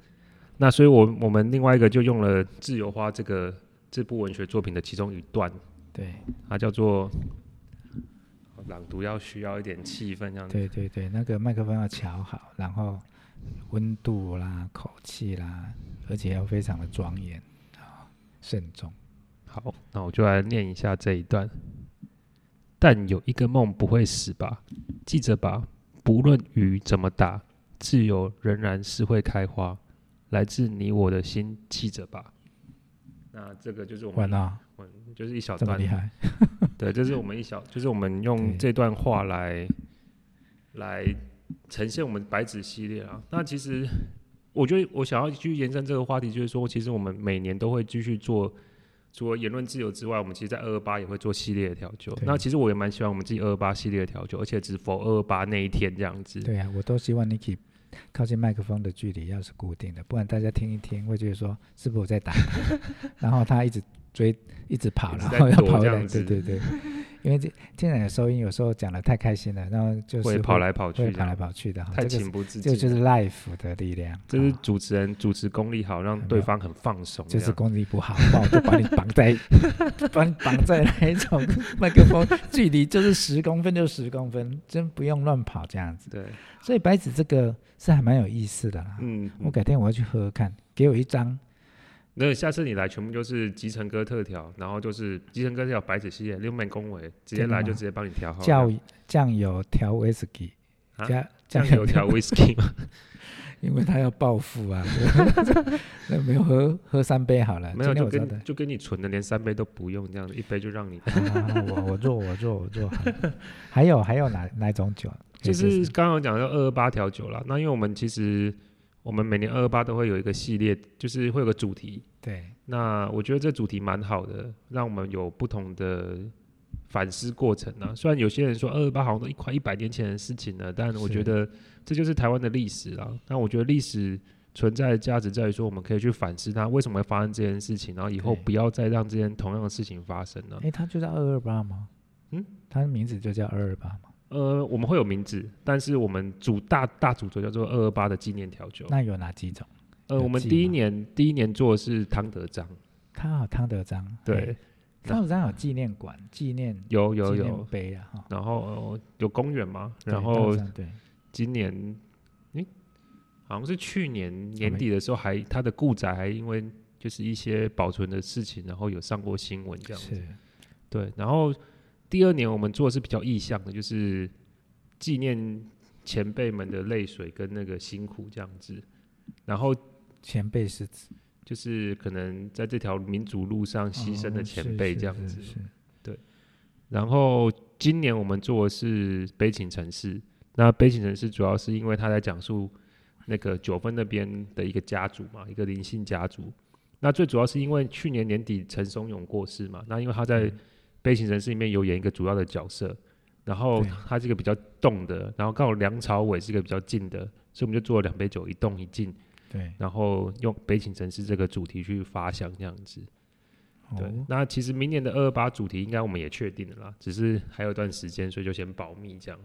Speaker 2: 那所以我我们另外一个就用了《自由花》这个这部文学作品的其中一段，
Speaker 1: 对
Speaker 2: 它叫做朗读要需要一点气氛这样子。
Speaker 1: 对对对，那个麦克风要调好，然后温度啦、口气啦，而且要非常的庄严啊、慎重。
Speaker 2: 好，那我就来念一下这一段。但有一个梦不会死吧？记着吧，不论雨怎么打，自由仍然是会开花。来自你我的心，记着吧。那这个就是我
Speaker 1: 完
Speaker 2: 们，
Speaker 1: 了，
Speaker 2: 我们就是一小
Speaker 1: 这么
Speaker 2: 段
Speaker 1: 厉害，
Speaker 2: 对，这是我们一小，就是我们
Speaker 1: 嗯对
Speaker 2: 用这段话来来呈现我们白纸系列啊。那其实我觉得我想要继续延伸这个话题，就是说，其实我们每年都会继续做，除了言论自由之外，我们其实在二二八也会做系列的调酒。
Speaker 1: 对
Speaker 2: 那其实我也蛮喜欢我们自己二二八系列的调酒，而且只否二二八那一天这样子。
Speaker 1: 对啊，我都希望 Niki 靠近麦克风的距离要是固定的，不然大家听一听会觉得说是不是我在打 他，然后他一直追，一直跑，
Speaker 2: 一直
Speaker 1: 然
Speaker 2: 在
Speaker 1: 后要
Speaker 2: 躲
Speaker 1: 跑回
Speaker 2: 这
Speaker 1: 来，
Speaker 2: 样
Speaker 1: 对
Speaker 2: 子
Speaker 1: 对对，因为这现在的收音有时候讲的太开心了，然后就是
Speaker 2: 会跑来跑
Speaker 1: 会
Speaker 2: 去这
Speaker 1: 跑来
Speaker 2: 样，
Speaker 1: 跑去的哈，这
Speaker 2: 太
Speaker 1: 个
Speaker 2: 情不自
Speaker 1: 这就
Speaker 2: 禁了。
Speaker 1: 是 life 的力量，
Speaker 2: 这是
Speaker 1: 啊
Speaker 2: 主持人主持功力好，让
Speaker 1: 有
Speaker 2: 对方很放松
Speaker 1: 就
Speaker 2: 这样。
Speaker 1: 是功力不好， 不然我就把你绑在，把你绑在那一种 麦克风，距离就是十公分就十公分，真不用乱跑这样子。
Speaker 2: 对，
Speaker 1: 所以白纸这个是还蛮有意思的啦。
Speaker 2: 嗯，
Speaker 1: 我改天我要去喝喝看，给我一张。
Speaker 2: 那下次你来，全部就是集成歌特调，然后就是集成歌特调白纸系列六面恭维，直接
Speaker 1: 真的
Speaker 2: 来就
Speaker 1: 吗
Speaker 2: 直接帮你调好了。
Speaker 1: 酱酱油调 whisky，
Speaker 2: 啊
Speaker 1: 加
Speaker 2: 酱油调 whisky 吗？
Speaker 1: 因为他要暴富啊。 那没有喝喝三杯好了，
Speaker 2: 没有，
Speaker 1: 今天
Speaker 2: 就
Speaker 1: 我招待
Speaker 2: 跟就跟你存的连三杯都不用，这样一杯就让你。
Speaker 1: 好好好啊我我做我做我做好了。还有还有哪哪种酒？
Speaker 2: 就是刚刚讲到二二八调酒啦，那因为我们其实我们每年二二八都会有一个系列，就是会有个主题。
Speaker 1: 对
Speaker 2: 那我觉得这主题蛮好的，让我们有不同的反思过程啊。虽然有些人说二二八好像都一快一百年前的事情了，但我
Speaker 1: 是
Speaker 2: 觉得这就是台湾的历史啦。那我觉得历史存在的价值在于说，我们可以去反思它为什么会发生这件事情，然后以后
Speaker 1: 对
Speaker 2: 不要再让这件同样的事情发生了、
Speaker 1: 诶，他就在二二八吗？
Speaker 2: 嗯，
Speaker 1: 它的名字就叫二二八嘛。
Speaker 2: 呃，我们会有名字，但是我们主大大主轴叫做二二八的纪念调酒。
Speaker 1: 那有哪几种？
Speaker 2: 呃，
Speaker 1: 有
Speaker 2: 我们
Speaker 1: 记
Speaker 2: 第一
Speaker 1: 吗
Speaker 2: 年第一年做的是汤德章，
Speaker 1: 它好，汤德章。
Speaker 2: 对，，
Speaker 1: 汤德章有纪念馆、纪念
Speaker 2: 有有
Speaker 1: 纪念
Speaker 2: 有，
Speaker 1: 碑啊，哈。
Speaker 2: 然后、呃有公园嘛，
Speaker 1: 对
Speaker 2: 然
Speaker 1: 汤
Speaker 2: 后
Speaker 1: 德章对，
Speaker 2: 今年，诶，好像是去年年底的时候还，他的故宅还因为就是一些保存的事情，然后有上过新闻这样子。
Speaker 1: 是
Speaker 2: 对，然后第二年我们做的是比较意向的，就是纪念前辈们的泪水跟那个辛苦这样子。然后
Speaker 1: 前辈是指
Speaker 2: 就是可能在这条民主路上牺牲的
Speaker 1: 哦
Speaker 2: 前
Speaker 1: 是
Speaker 2: 辈
Speaker 1: 是
Speaker 2: 这样
Speaker 1: 是
Speaker 2: 子。
Speaker 1: 是
Speaker 2: 然后今年我们做的是悲情城市。那悲情城市主要是因为他在讲述那个九份那边的一个家族嘛，一个林姓家族。那最主要是因为去年年底陈松勇过世嘛，那因为他在悲情城市里面有演一个主要的角色，然后
Speaker 1: 对
Speaker 2: 他是一个比较动的，然后刚好梁朝伟是一个比较静的，所以我们就做了两杯酒，一动一静，
Speaker 1: 对。
Speaker 2: 然后用悲情城市这个主题去发想这样子。对
Speaker 1: 哦，
Speaker 2: 那其实明年的二二八主题应该我们也确定了啦，只是还有一段时间，所以就先保密这样。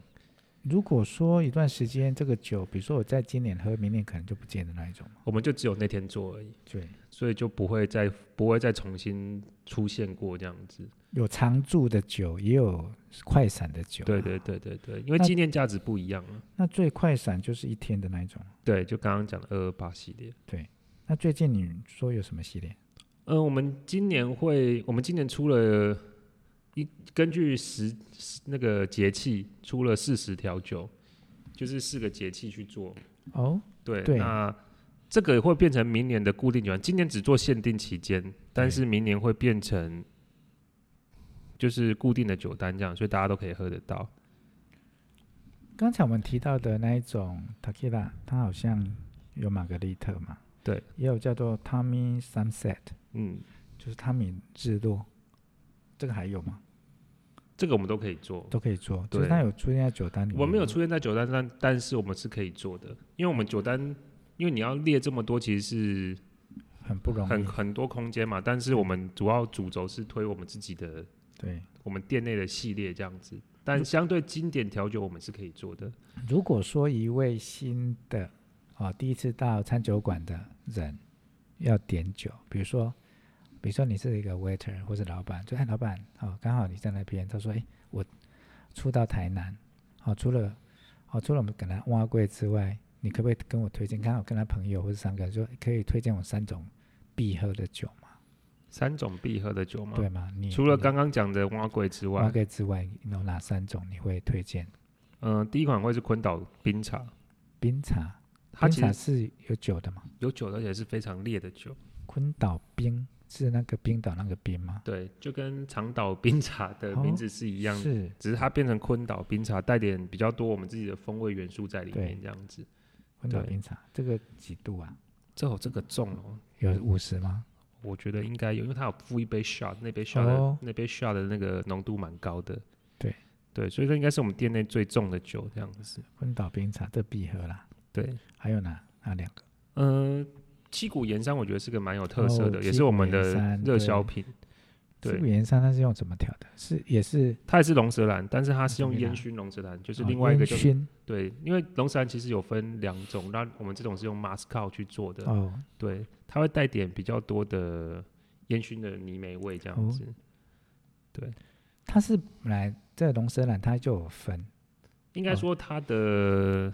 Speaker 1: 如果说一段时间这个酒，比如说我在今年喝，明年可能就不见的那一种嘛。
Speaker 2: 我们就只有那天做而已，
Speaker 1: 对，
Speaker 2: 所以就不会再不会再重新出现过这样子。
Speaker 1: 有常驻的酒，也有快闪的酒。
Speaker 2: 对对。对对对，因为
Speaker 1: 那
Speaker 2: 纪念价值不一样了。
Speaker 1: 那最快闪就是一天的那一种。
Speaker 2: 对，就刚刚讲的二二八系列。
Speaker 1: 那最近你说有什么系列？
Speaker 2: 嗯，我们今年会，我们今年出了一根据时时那个节气出了四十条酒，就是四个节气去做。
Speaker 1: 哦，
Speaker 2: 对，
Speaker 1: 对
Speaker 2: 那这个会变成明年的固定酒单，今年只做限定期间，但是明年会变成就是固定的酒单这样，所以大家都可以喝得到。
Speaker 1: 刚才我们提到的那一种 tequila，它好像有玛格丽特嘛，
Speaker 2: 对，
Speaker 1: 也有叫做 Tommy Sunset，
Speaker 2: 嗯，
Speaker 1: 就是汤米日落，这个还有吗？
Speaker 2: 这个我们都可以做。
Speaker 1: 都可以做，就是
Speaker 2: 对
Speaker 1: 它有出现在酒单里面。
Speaker 2: 我没有，出现在酒单上，但是我们是可以做的，因为我们酒单，因为你要列这么多，其实
Speaker 1: 很不
Speaker 2: 是
Speaker 1: 容
Speaker 2: 很
Speaker 1: 易。
Speaker 2: 很多空间嘛。但是我们主要主轴是推我们自己的，
Speaker 1: 对，
Speaker 2: 我们店内的系列这样子。但相对经典调酒，我们是可以做的。
Speaker 1: 如果说一位新的哦，第一次到餐酒馆的人要点酒，比如说，比如说你是一个 waiter 或者老板，就哎，老板哦，刚好你在那边，他说哎，我出到台南，哦，除了哦除了我们给他挖柜之外，你可不可以跟我推荐？刚好跟他朋友或者三个人说，可以推荐我三种必喝的酒嘛？
Speaker 2: 三种必喝的酒嘛，
Speaker 1: 嗯对吗？你
Speaker 2: 嗯除了
Speaker 1: 你
Speaker 2: 刚刚讲的蛙桂之
Speaker 1: 挖
Speaker 2: 外，
Speaker 1: 柜之外，有哪三种你会推荐？
Speaker 2: 嗯、第一款会是昆岛冰茶，
Speaker 1: 冰茶，
Speaker 2: 它
Speaker 1: 冰
Speaker 2: 其
Speaker 1: 茶
Speaker 2: 实
Speaker 1: 是有酒的吗？
Speaker 2: 有酒的，而且是非常烈的酒。
Speaker 1: 昆岛冰是那个冰岛那个冰吗？
Speaker 2: 对，就跟长岛冰茶的
Speaker 1: 哦
Speaker 2: 名字是一样的，
Speaker 1: 是，
Speaker 2: 只是它变成昆岛冰茶，带点比较多我们自己的风味元素在里面，
Speaker 1: 对
Speaker 2: 这样子。
Speaker 1: 昆岛
Speaker 2: 对
Speaker 1: 冰茶这个几度啊？
Speaker 2: 这哦，这个重哦，
Speaker 1: 有五十吗？
Speaker 2: 我觉得应该有，因为它有附一杯 shot，那杯 shot 的、
Speaker 1: 哦
Speaker 2: 那杯 shot 的那个浓度蛮高的。
Speaker 1: 对
Speaker 2: 对，所以这应该是我们店内最重的酒，这样子。
Speaker 1: 昆岛冰茶这必喝啦。
Speaker 2: 对，
Speaker 1: 还有哪哪两个？
Speaker 2: 嗯、七谷盐山我觉得是个蛮有特色的，
Speaker 1: 哦
Speaker 2: 也是我们
Speaker 1: 七谷盐
Speaker 2: 的
Speaker 1: 山
Speaker 2: 热销
Speaker 1: 对
Speaker 2: 品。
Speaker 1: 四
Speaker 2: 对
Speaker 1: 谷，盐山它是用怎么调的？是也是
Speaker 2: 它也是龙舌兰，但是它是
Speaker 1: 怎么
Speaker 2: 用烟
Speaker 1: 样
Speaker 2: 熏龙舌兰，就是
Speaker 1: 哦
Speaker 2: 另外一个
Speaker 1: 烟
Speaker 2: 叫、
Speaker 1: 熏
Speaker 2: 对，因为龙舌兰其实有分两种，那我们这种是用 Moscow 去做的，
Speaker 1: 哦，
Speaker 2: 对，它会带点比较多的烟熏的泥煤味这样
Speaker 1: 哦
Speaker 2: 子，
Speaker 1: 它是本来这龙舌兰它就有分
Speaker 2: 应该
Speaker 1: 哦
Speaker 2: 说它的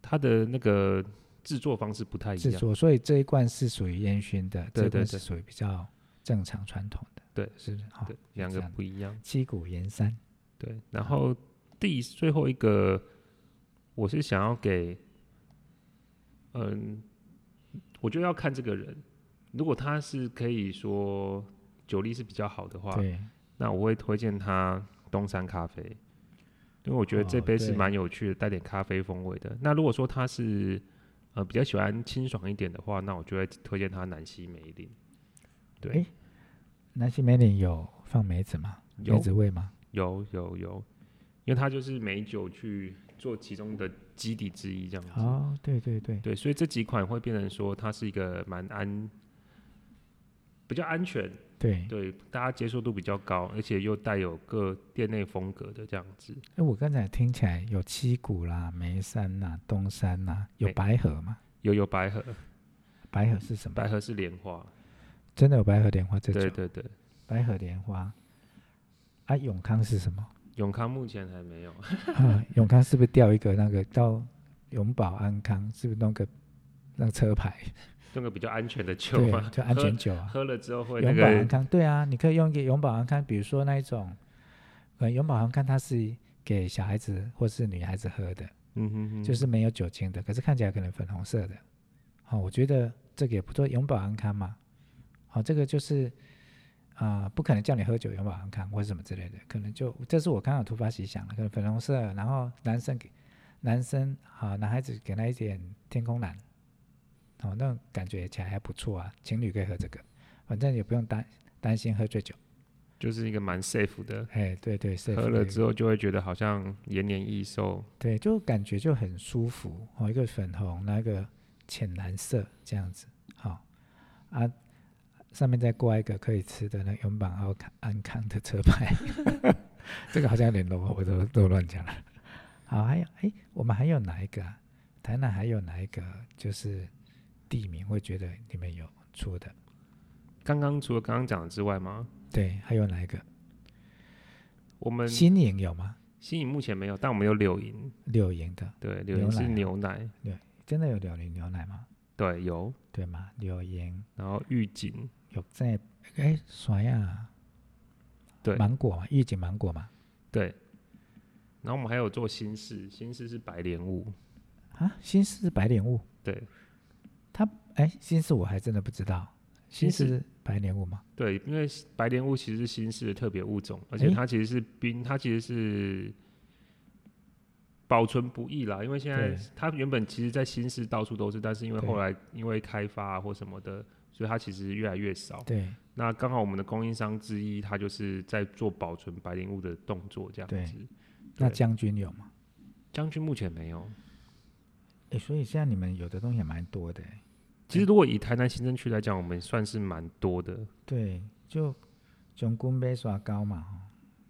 Speaker 2: 它的那个制作方式不太一
Speaker 1: 制
Speaker 2: 样，
Speaker 1: 作，所以这一罐是属于烟熏的，这
Speaker 2: 对
Speaker 1: 一罐
Speaker 2: 对
Speaker 1: 是
Speaker 2: 对
Speaker 1: 属于比较正常传统的，
Speaker 2: 对
Speaker 1: 是不是？好
Speaker 2: 对，，两
Speaker 1: 这
Speaker 2: 个
Speaker 1: 样
Speaker 2: 不一样，
Speaker 1: 七谷盐山
Speaker 2: 对，然后第最后一个，我是想要给，嗯，我觉得要看这个人，如果他是可以说酒力是比较好的话，
Speaker 1: 对，
Speaker 2: 那我会推荐他东山咖啡，因为我觉得这
Speaker 1: 哦
Speaker 2: 杯是
Speaker 1: 对
Speaker 2: 蛮有趣的，带点咖啡风味的。那如果说他是呃比较喜欢清爽一点的话，那我就会推荐他南希梅林。对
Speaker 1: 诶，南西梅岭有放梅子吗？
Speaker 2: 有
Speaker 1: 梅子味吗？
Speaker 2: 有有有，因为它就是美酒去做其中的基底之一，这样子。
Speaker 1: 哦，对对对，
Speaker 2: 对，所以这几款会变成说它是一个蛮安，比较安全，
Speaker 1: 对，
Speaker 2: 对，大家接受度比较高，而且又带有各店内风格的这样子。
Speaker 1: 哎，我刚才听起来有七股啦、眉山啦、东山啦，有
Speaker 2: 没
Speaker 1: 白河吗？
Speaker 2: 有有百合，
Speaker 1: 白河是什么？
Speaker 2: 百合是莲花，
Speaker 1: 真的有白河莲花这
Speaker 2: 对
Speaker 1: 种？
Speaker 2: 对对。
Speaker 1: 白河莲花。啊，永康是什么？
Speaker 2: 永康目前还没有，
Speaker 1: 啊，永康是不是掉一个那个到永保安康？是不是弄个那个车牌？
Speaker 2: 用个比较安全的酒
Speaker 1: 对
Speaker 2: 嘛，，
Speaker 1: 就安全酒啊。
Speaker 2: 喝。喝了之后会那
Speaker 1: 永保安
Speaker 2: 个
Speaker 1: 康，对啊，你可以用一个永保安康，比如说那一种，呃，永保安康它是给小孩子或是女孩子喝的，
Speaker 2: 嗯哼哼，
Speaker 1: 就是没有酒精的，可是看起来可能粉红色的。好、我觉得这个也不错，永保安康嘛。好、这个就是啊、呃不可能叫你喝酒永保安康或是什么之类的，可能就这是我刚好突发奇想了，可能粉红色，然后男生给男生啊、男孩子给他一点天空蓝，哦，那种感觉起来还不错啊，情侣可以喝这个，反正也不用担担心喝醉酒。
Speaker 2: 就是一个蛮 safe 的，
Speaker 1: 哎，对对，是
Speaker 2: 喝了之后就会觉得好像延年益寿，
Speaker 1: 对，就感觉就很舒服哦，一个粉红，那个浅蓝色这样子，好、啊，上面再挂一个可以吃的那个永榜奥康安康的车牌， 这个好像有点 low，我都都乱讲了。好，还有哎，我们还有哪一个、啊？台南还有哪一个就是地名会觉得你们有出的？
Speaker 2: 刚刚除了刚刚讲的之外吗？
Speaker 1: 对，还有哪一个？
Speaker 2: 我们
Speaker 1: 新营有吗？
Speaker 2: 新营目前没有，但我们有柳营，
Speaker 1: 柳营的，
Speaker 2: 对，柳
Speaker 1: 牛
Speaker 2: 营是
Speaker 1: 奶啊
Speaker 2: 牛奶，
Speaker 1: 真的有柳营牛奶吗？
Speaker 2: 对，有，
Speaker 1: 对吗？柳营
Speaker 2: 然后玉井，
Speaker 1: 有在哎啥呀？
Speaker 2: 对
Speaker 1: 芒果嘛，御景芒果嘛，
Speaker 2: 对，然后我们还有做新市，新市是白莲雾，
Speaker 1: 啊，新式白莲雾，
Speaker 2: 对
Speaker 1: 它哎，新式我还真的不知道，新
Speaker 2: 新式
Speaker 1: 式白莲雾嘛，
Speaker 2: 对，因为白莲雾其实是新式的特别物种，而且
Speaker 1: 诶
Speaker 2: 它其实是冰，它其实是。保存不易啦，因为现在
Speaker 1: 对
Speaker 2: 它原本其实，在新市到处都是，但是因为
Speaker 1: 对
Speaker 2: 后来因为开发啊或什么的，所以它其实越来越少。
Speaker 1: 对
Speaker 2: 那刚好我们的供应商之一，他就是在做保存白莲雾的动作，这样
Speaker 1: 对
Speaker 2: 子。
Speaker 1: 那
Speaker 2: 对
Speaker 1: 将军有吗？
Speaker 2: 将军目前没有。
Speaker 1: 哎，所以现在你们有的东西也蛮多的，哎
Speaker 2: 其实如果以台南行政区来讲，我们算是蛮多的。
Speaker 1: 对，就熊公杯刷高嘛，哦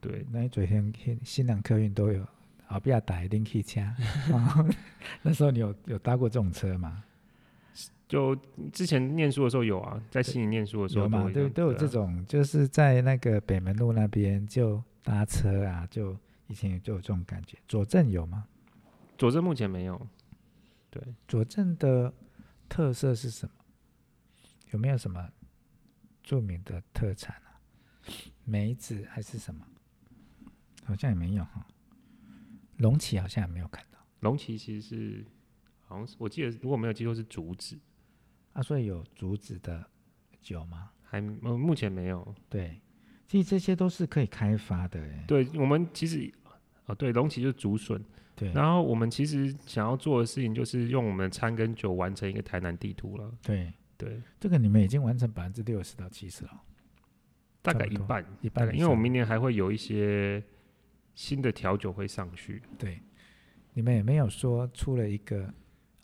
Speaker 2: 对，
Speaker 1: 那昨天新新南客运都有，后壁打一定去 车，哦那时候你有有搭过这种车吗？
Speaker 2: 就之前念书的时候有啊，在悉尼念书的时候
Speaker 1: 有嘛？
Speaker 2: 都
Speaker 1: 对，都有这
Speaker 2: 啊
Speaker 1: 种，就是在那个北门路那边就搭车啊，就以前就有这种感觉。左镇有吗？
Speaker 2: 啊佐证目前没有。对，
Speaker 1: 左镇的特色是什么？有没有什么著名的特产啊？梅子还是什么？好像也没有哈。龙起好像也没有看到
Speaker 2: 龙旗其实是好像是我记得，如果没有记错是竹子，
Speaker 1: 啊，所以有竹子的酒吗？
Speaker 2: 还呃目前没有。
Speaker 1: 对，其实这些都是可以开发的哎。
Speaker 2: 对我们其实哦，对，龙旗就是竹笋。
Speaker 1: 对
Speaker 2: 然后我们其实想要做的事情，就是用我们的餐跟酒完成一个台南地图了。
Speaker 1: 对，
Speaker 2: 对，
Speaker 1: 这个你们已经完成百分之六十到七十了。
Speaker 2: 大
Speaker 1: 差
Speaker 2: 概
Speaker 1: 不
Speaker 2: 一
Speaker 1: 多
Speaker 2: 半，
Speaker 1: 一
Speaker 2: 大
Speaker 1: 半
Speaker 2: 概，
Speaker 1: 以
Speaker 2: 因为我
Speaker 1: 上
Speaker 2: 明年还会有一些新的调酒会上去。
Speaker 1: 对，你们也没有说出了一个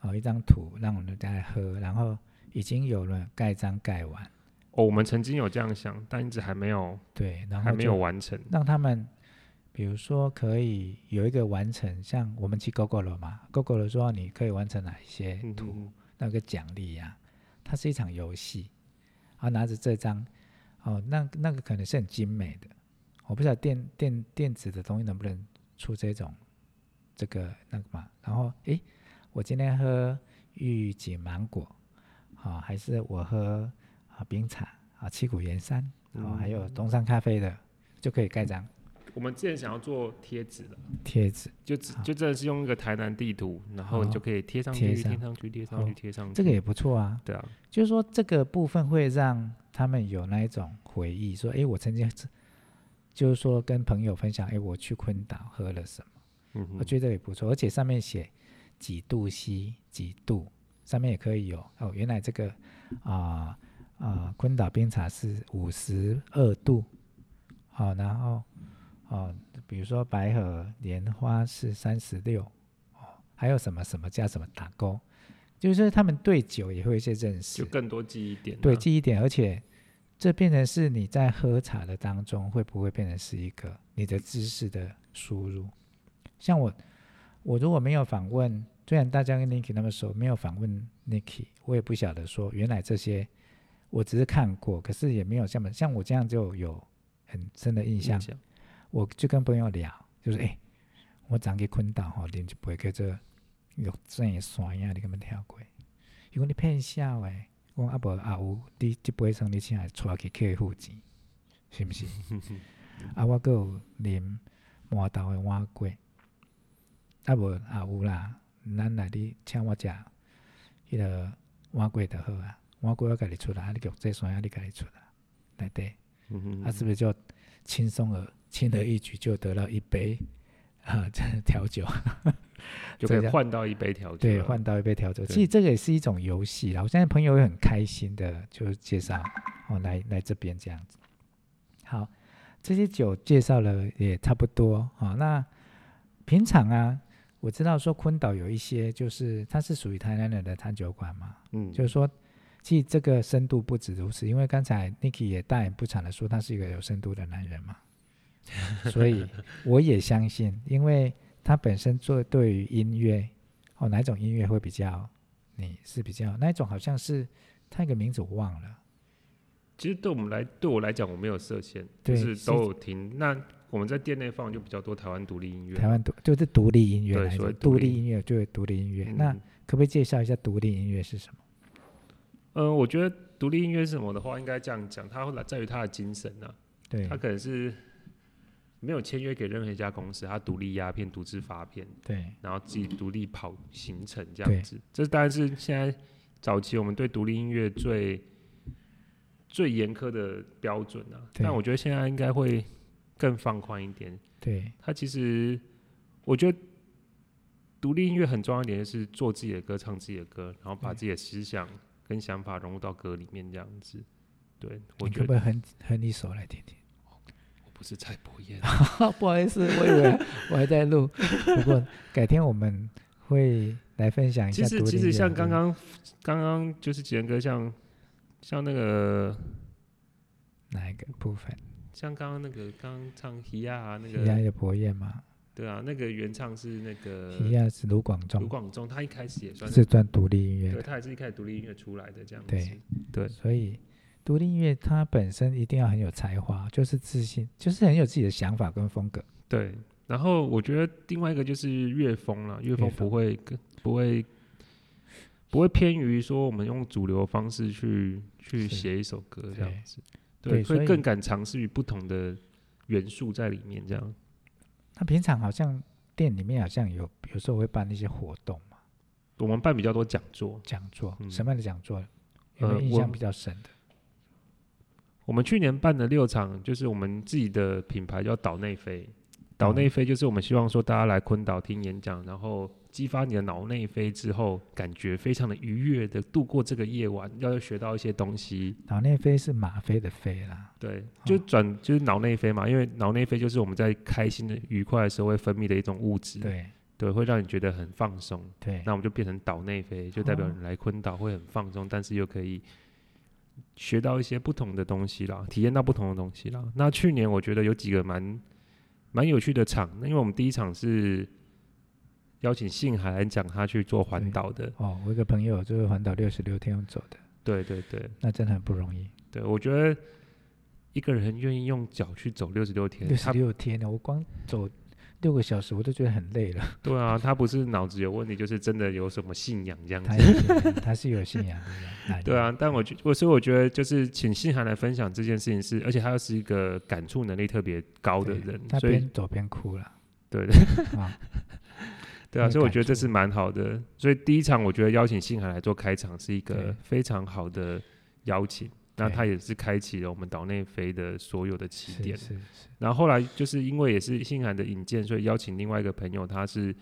Speaker 1: 哦一张图让我们大家喝，然后已经有了盖章盖完，
Speaker 2: 哦，我们曾经有这样想，但一直还没有，
Speaker 1: 对，然后
Speaker 2: 还没有
Speaker 1: 就
Speaker 2: 完成。
Speaker 1: 让他们，比如说可以有一个完成，像我们去 GoGo 楼嘛，GoGo 楼说你可以完成哪一些
Speaker 2: 嗯
Speaker 1: 图，
Speaker 2: 哼
Speaker 1: 那个奖励呀、它是一场游戏，然后拿着这张，哦，那那个可能是很精美的，我不知道电电电子的东西能不能出这种这个那个嘛。然后，诶，我今天喝御景芒果，啊、还是我喝啊冰茶啊七谷盐山，哦，还有东山咖啡的，就可以盖章
Speaker 2: 我们之前想要做贴纸的，
Speaker 1: 贴纸。
Speaker 2: 就只就真的是用一个台南地图，然后你就可以贴上
Speaker 1: 贴
Speaker 2: 去，
Speaker 1: 上
Speaker 2: 贴上去，贴上
Speaker 1: 好
Speaker 2: 去，贴上去。
Speaker 1: 这个也不错啊，
Speaker 2: 对啊，
Speaker 1: 就是说这个部分会让他们有那一种回忆，说，诶，我曾经是，就是说跟朋友分享，诶，我去昆岛喝了什么，
Speaker 2: 嗯哼
Speaker 1: 我觉得也不错，而且上面写几度 C 几度，上面也可以有哦，原来这个啊啊、昆岛冰茶是五十二度，好、然后哦，比如说白河莲花是三十六，哦，还有什么什么加什么打勾。就是他们对酒也会有一些认识，
Speaker 2: 就更多记忆点啊。
Speaker 1: 对记忆点，而且这变成是你在喝茶的当中，会不会变成是一个你的知识的输入？像我，我如果没有访问，虽然大家跟 Niki 那么熟，没有访问 Niki，我也不晓得说原来这些，我只是看过，可是也没有像像我这样就有很深的印象。
Speaker 2: 象
Speaker 1: 我就跟朋友聊，就是诶，我昨去困到吼，啉一杯叫做玉井的山药，你敢捌听过？伊讲你骗笑诶，我讲啊无啊有，你即杯算你请来带去客户钱，是毋是？啊，我阁有啉麻豆诶碗粿，啊无啊有啦，咱来你请我食迄个碗粿就好啊，碗粿我家己出啦，啊你玉井山药你家己出啦，内底。
Speaker 2: 嗯哼
Speaker 1: 他啊是不是就轻松而轻而易举就得到一杯啊 这调酒？
Speaker 2: 就可
Speaker 1: 这
Speaker 2: 以
Speaker 1: 样
Speaker 2: 换到一杯调酒？
Speaker 1: 对，换。到一杯调酒。
Speaker 2: 啊对
Speaker 1: 其实这个也是一种游戏啦。我现在朋友也很开心的，就是介绍哦来来这边这样子。好，这些酒介绍了也差不多啊、哦那平常啊，我知道说昆岛有一些就是它是属于台南人的餐酒馆嘛，
Speaker 2: 嗯，
Speaker 1: 就是说，其实这个深度不止如此，因为刚才 Niki 也大言不惭的说他是一个有深度的男人 嘛，所以我也相信，因为他本身做对于音乐，哦，哪一种音乐会比较，你是比较那一种好像是他一个名字我忘了，
Speaker 2: 其实对我们来，对我来讲，我没有设限，就
Speaker 1: 对
Speaker 2: 是
Speaker 1: 是
Speaker 2: 都有听。那我们在店内放就比较多台湾独立音乐。
Speaker 1: 台湾独就是独立音乐
Speaker 2: 对
Speaker 1: 来
Speaker 2: 所
Speaker 1: 说，
Speaker 2: 谓
Speaker 1: 独
Speaker 2: 独
Speaker 1: 立
Speaker 2: 立
Speaker 1: 音乐就是独立音乐。
Speaker 2: 嗯
Speaker 1: 那可不可以介绍一下独立音乐是什么？
Speaker 2: 嗯、我觉得独立音乐是什么的话，应该这样讲，它来在于它的精神啊，
Speaker 1: 对
Speaker 2: 它可能是没有签约给任何一家公司，它独立鸦片、独自发片，
Speaker 1: 对
Speaker 2: 然后自己独立跑行程这样子。这当然是现在早期我们对独立音乐最最严苛的标准啊。
Speaker 1: 对
Speaker 2: 但我觉得现在应该会更放宽一点。
Speaker 1: 对
Speaker 2: 它其实我觉得独立音乐很重要一点就是做自己的歌，唱自己的歌，然后把
Speaker 1: 对
Speaker 2: 自己的思想跟想法融入到歌里面这样子。对，我
Speaker 1: 你
Speaker 2: 觉
Speaker 1: 可不
Speaker 2: 得
Speaker 1: 可以哼哼一首来听听？
Speaker 2: 我不是蔡 伯彦，啊
Speaker 1: 不好意 思，我以为我还在录。不过改天我们会来分享一下
Speaker 2: 其
Speaker 1: 独立
Speaker 2: 实
Speaker 1: 乐。
Speaker 2: 其实像刚刚刚刚就是杰哥像像那个
Speaker 1: 哪一个部分？
Speaker 2: 像刚刚那个刚刚唱《咿呀、啊》那
Speaker 1: 西亚
Speaker 2: 个，
Speaker 1: 的博彦嘛，
Speaker 2: 对啊，那个原唱是那个
Speaker 1: 西亚是卢广
Speaker 2: 卢
Speaker 1: 仲，
Speaker 2: 广仲，他一开始也算
Speaker 1: 是算独立音乐
Speaker 2: 对
Speaker 1: 的，
Speaker 2: 他也是一开始独立音乐出来的这样子。
Speaker 1: 对
Speaker 2: 对
Speaker 1: 所以独立音乐它本身一定要很有才华，就是自信，就是很有自己的想法跟风格。
Speaker 2: 对，然后我觉得另外一个就是乐风了，乐风
Speaker 1: 风
Speaker 2: 不会跟不会不会偏于说我们用主流方式去去
Speaker 1: 是
Speaker 2: 写一首歌这
Speaker 1: 对
Speaker 2: 样子，
Speaker 1: 对
Speaker 2: 对，
Speaker 1: 所以
Speaker 2: 会更敢尝试于不同的元素在里面这样。
Speaker 1: 那平常好像店里面好像有，有时候会办一些活动嘛，
Speaker 2: 我们办比较多讲座，
Speaker 1: 讲座，
Speaker 2: 嗯
Speaker 1: 什么样的讲座？有没有
Speaker 2: 呃
Speaker 1: 印
Speaker 2: 我
Speaker 1: 象比较深的？
Speaker 2: 我们去年办的六场，就是我们自己的品牌叫岛内飞。岛
Speaker 1: 嗯
Speaker 2: 内飞就是我们希望说大家来昆岛听演讲，然后激发你的脑内飞之后，感觉非常的愉悦的度过这个夜晚，要学到一些东西。
Speaker 1: 脑内飞是吗啡的飞啦，
Speaker 2: 对，就转就是脑内啡嘛，因为脑内啡就是我们在开心的、愉快的时候会分泌的一种物质，
Speaker 1: 对
Speaker 2: 对会让你觉得很放松。
Speaker 1: 对
Speaker 2: 那我们就变成岛内啡，就
Speaker 1: 哦
Speaker 2: 代表你来昆岛会很放松，但是又可以学到一些不同的东西啦，体验到不同的东西啦。那去年我觉得有几个蛮蛮有趣的场，那因为我们第一场是邀请信海来讲他去做环
Speaker 1: 对
Speaker 2: 岛的，
Speaker 1: 哦，我有个朋友就是环岛六十六天走的，
Speaker 2: 对对对
Speaker 1: 那真的很不容易。
Speaker 2: 对，我觉得一个人愿意用脚去走六十六天，
Speaker 1: 六十
Speaker 2: 他
Speaker 1: 六天呢，我光走六个小时，我都觉得很累了。
Speaker 2: 对啊，他不是脑子有问题，就是真的有什么信仰这样
Speaker 1: 他
Speaker 2: 子。
Speaker 1: 有信仰，他是有信仰的 人。男人
Speaker 2: 嗯对，啊，但我觉我所以我觉得就是请信涵来分享这件事情是，而且他又是一个感触能力特别高的
Speaker 1: 对
Speaker 2: 人，
Speaker 1: 他
Speaker 2: 所以
Speaker 1: 边走边哭 了。
Speaker 2: 对
Speaker 1: 啊，
Speaker 2: 对啊，
Speaker 1: 有
Speaker 2: 所以我觉得
Speaker 1: 感触
Speaker 2: 这是蛮好的。所以第一场我觉得邀请信涵来做开场是一
Speaker 1: 对
Speaker 2: 个非常好的邀请，那
Speaker 1: 对
Speaker 2: 他也是开启了我们岛内飞的所有的起
Speaker 1: 是
Speaker 2: 点。
Speaker 1: 是是，
Speaker 2: 然后后来就是因为也是信涵的引荐，所以邀请另外一个朋友，他是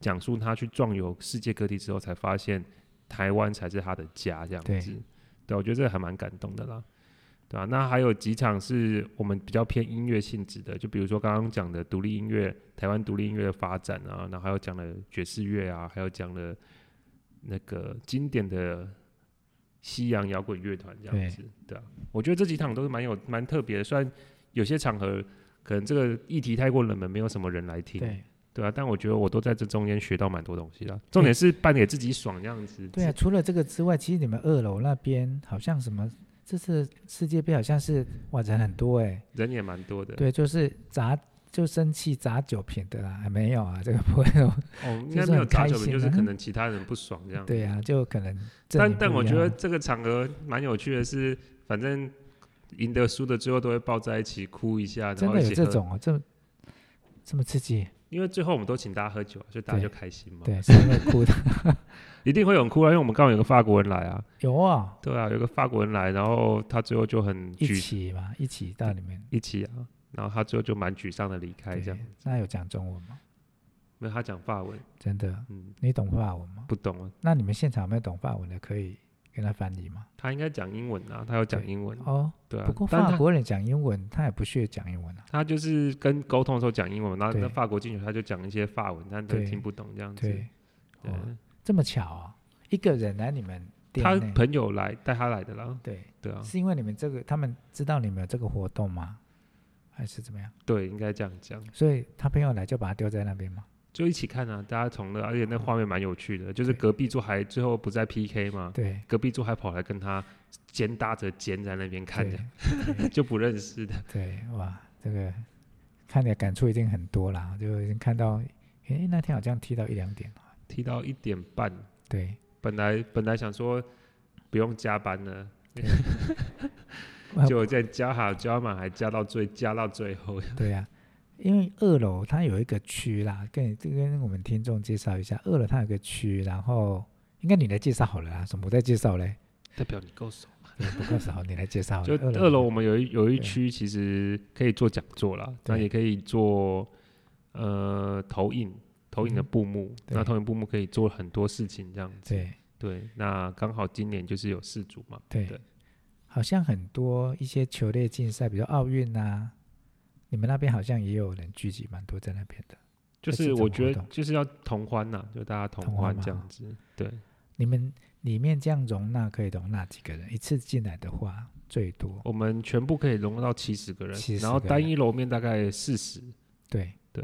Speaker 2: 讲述他去壮游世界各地之后，才发现台湾才是他的家这样
Speaker 1: 对
Speaker 2: 子。对，我觉得这还蛮感动的啦，对啊，那还有几场是我们比较偏音乐性质的，就比如说刚刚讲的独立音乐，台湾独立音乐的发展啊，然后还有讲了爵士乐啊，还有讲了那个经典的西洋摇滚乐团这样
Speaker 1: 对
Speaker 2: 子，对啊，我觉得这几场都是蛮有蛮特别的，虽然有些场合可能这个议题太过冷门，没有什么人来听，
Speaker 1: 对
Speaker 2: 对啊，但我觉得我都在这中间学到蛮多东西啦。重点是办给自己爽这样子，
Speaker 1: 对啊，除了这个之外，其实你们二楼那边好像什么，这次世界杯好像是哇人很多哎、
Speaker 2: 人也蛮多的。
Speaker 1: 对，就是砸就生气砸酒瓶的啦，还没有啊，这个不会有，
Speaker 2: 哦，应
Speaker 1: 就
Speaker 2: 该
Speaker 1: 是
Speaker 2: 没有
Speaker 1: 很
Speaker 2: 砸
Speaker 1: 开
Speaker 2: 酒瓶，
Speaker 1: 心
Speaker 2: 就是
Speaker 1: 啊
Speaker 2: 可能其他人不爽这样。
Speaker 1: 对啊，就可能这
Speaker 2: 但
Speaker 1: 里
Speaker 2: 但
Speaker 1: 不
Speaker 2: 我
Speaker 1: 一
Speaker 2: 觉得
Speaker 1: 样啊
Speaker 2: 这个场合蛮有趣的是，反正赢得输的最后都会抱在一起哭一下，然
Speaker 1: 真
Speaker 2: 后
Speaker 1: 的
Speaker 2: 一
Speaker 1: 有
Speaker 2: 起
Speaker 1: 这
Speaker 2: 喝，
Speaker 1: 种哦，这这么刺激，
Speaker 2: 因为最后我们都请大家喝酒，所以大家就
Speaker 1: 对
Speaker 2: 开心嘛。
Speaker 1: 对，是会哭的，
Speaker 2: 一定会有人哭啊，因为我们刚好有个法国人来啊，
Speaker 1: 有啊、
Speaker 2: 对啊，有个法国人来，然后他最后就很
Speaker 1: 一
Speaker 2: 沮
Speaker 1: 起嘛，一起到里面，
Speaker 2: 一起啊，然后他最后就蛮沮丧的离开这样
Speaker 1: 对。，那有讲中文吗？
Speaker 2: 没有他讲法文，
Speaker 1: 真的，
Speaker 2: 嗯，
Speaker 1: 你懂法文吗？
Speaker 2: 不懂啊，
Speaker 1: 那你们现场有没有懂法文的可以跟他翻译吗？
Speaker 2: 他应该讲英文啊，他有讲
Speaker 1: 对
Speaker 2: 英文，
Speaker 1: 哦，
Speaker 2: 对啊。
Speaker 1: 不过
Speaker 2: 但
Speaker 1: 法
Speaker 2: 他
Speaker 1: 国人讲英文，他也不屑讲英文啊。
Speaker 2: 他就是跟沟通的时候讲英文，然后在
Speaker 1: 对
Speaker 2: 法国进去他就讲一些法文，但他
Speaker 1: 对
Speaker 2: 听不懂这样子。
Speaker 1: 对，
Speaker 2: 对
Speaker 1: 哦，这么巧啊，一个人来你们店
Speaker 2: 他
Speaker 1: 内，
Speaker 2: 朋友来带他来的啦，
Speaker 1: 对，
Speaker 2: 对啊，
Speaker 1: 是因为你们这个他们知道你们有这个活动吗？还是怎么样？
Speaker 2: 对，应该这样讲，
Speaker 1: 所以他朋友来就把他丢在那边吗？
Speaker 2: 就一起看啊，大家同乐，而且那画面蛮有趣的，就是
Speaker 1: 哦对
Speaker 2: 隔壁桌还最后不再 PK 嘛，
Speaker 1: 对，
Speaker 2: 隔壁桌还跑来跟他肩搭着肩在那边看
Speaker 1: 对
Speaker 2: 着， 就不认识的，
Speaker 1: 对，哇，这个看的感触已经很多啦，就已经看到，诶，那天好像踢到一两点了，
Speaker 2: 踢到一点半，
Speaker 1: 对，
Speaker 2: 本来本来想说不用加班了。
Speaker 1: 哇
Speaker 2: 结果在加好加满，还加到最加到最后，
Speaker 1: 呃对呀、因为二楼它有一个区啦，跟你这跟我们听众介绍一下，二楼它有个区，然后应该你来介绍好了啦，什么我在介绍嘞？
Speaker 2: 代表你够熟。
Speaker 1: 对不够少，你来介绍好
Speaker 2: 就
Speaker 1: 啊了。
Speaker 2: 二楼我
Speaker 1: 嘛
Speaker 2: 们有一有一
Speaker 1: 对
Speaker 2: 区其实可以做讲座啦，那
Speaker 1: 对
Speaker 2: 也可以做呃投影投影的
Speaker 1: 嗯哼
Speaker 2: 布幕，那
Speaker 1: 对
Speaker 2: 投影布幕可以做很多事情这样子。
Speaker 1: 对
Speaker 2: 对，那刚好今年就是有四组嘛，
Speaker 1: 对，
Speaker 2: 对
Speaker 1: 好像很多一些球类竞赛，比如奥运啊，你们那边好像也有人聚集蛮多在那边的。
Speaker 2: 就
Speaker 1: 这
Speaker 2: 是
Speaker 1: 是
Speaker 2: 我
Speaker 1: 怎么
Speaker 2: 觉得
Speaker 1: 活动
Speaker 2: 就是要同欢呐、就大家同
Speaker 1: 同
Speaker 2: 欢
Speaker 1: 欢嘛
Speaker 2: 这样
Speaker 1: 哈
Speaker 2: 子。对，
Speaker 1: 你们里面这样容纳可以容纳几个人？一次进来的话最多
Speaker 2: 我们全部可以容纳到七十个人，
Speaker 1: 70
Speaker 2: 然后
Speaker 1: 个
Speaker 2: 单
Speaker 1: 人
Speaker 2: 一楼面大概四十。
Speaker 1: 对
Speaker 2: 对。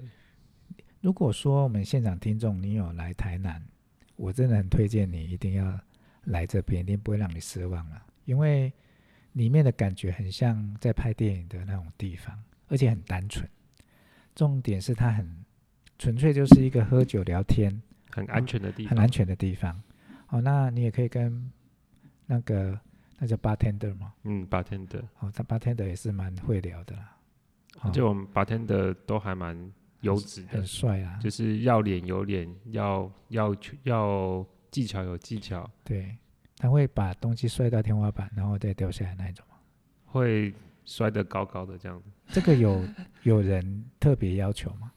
Speaker 1: 如果说我们现场听众你有来台南，我真的很推荐你一定要来这边，一定不会让你失望了，因为里面的感觉很像在拍电影的那种地方，而且很单纯。重点是它很纯粹，就是一个喝酒聊天
Speaker 2: 很安全的地
Speaker 1: 很
Speaker 2: 方，
Speaker 1: 安全的地方。哦，那你也可以跟那个那叫 bartender 嘛，
Speaker 2: 嗯，bartender，
Speaker 1: 哦，他 bartender 也是蛮会聊的啦，哦
Speaker 2: 就我们 bartender 都还蛮优质的
Speaker 1: 很，帅啊，
Speaker 2: 就是要脸有脸，要要要技巧有技巧，
Speaker 1: 对，他会把东西摔到天花板，然后再掉下来那一种吗。
Speaker 2: 会摔得高高的这样子。
Speaker 1: 这个有有人特别要求吗？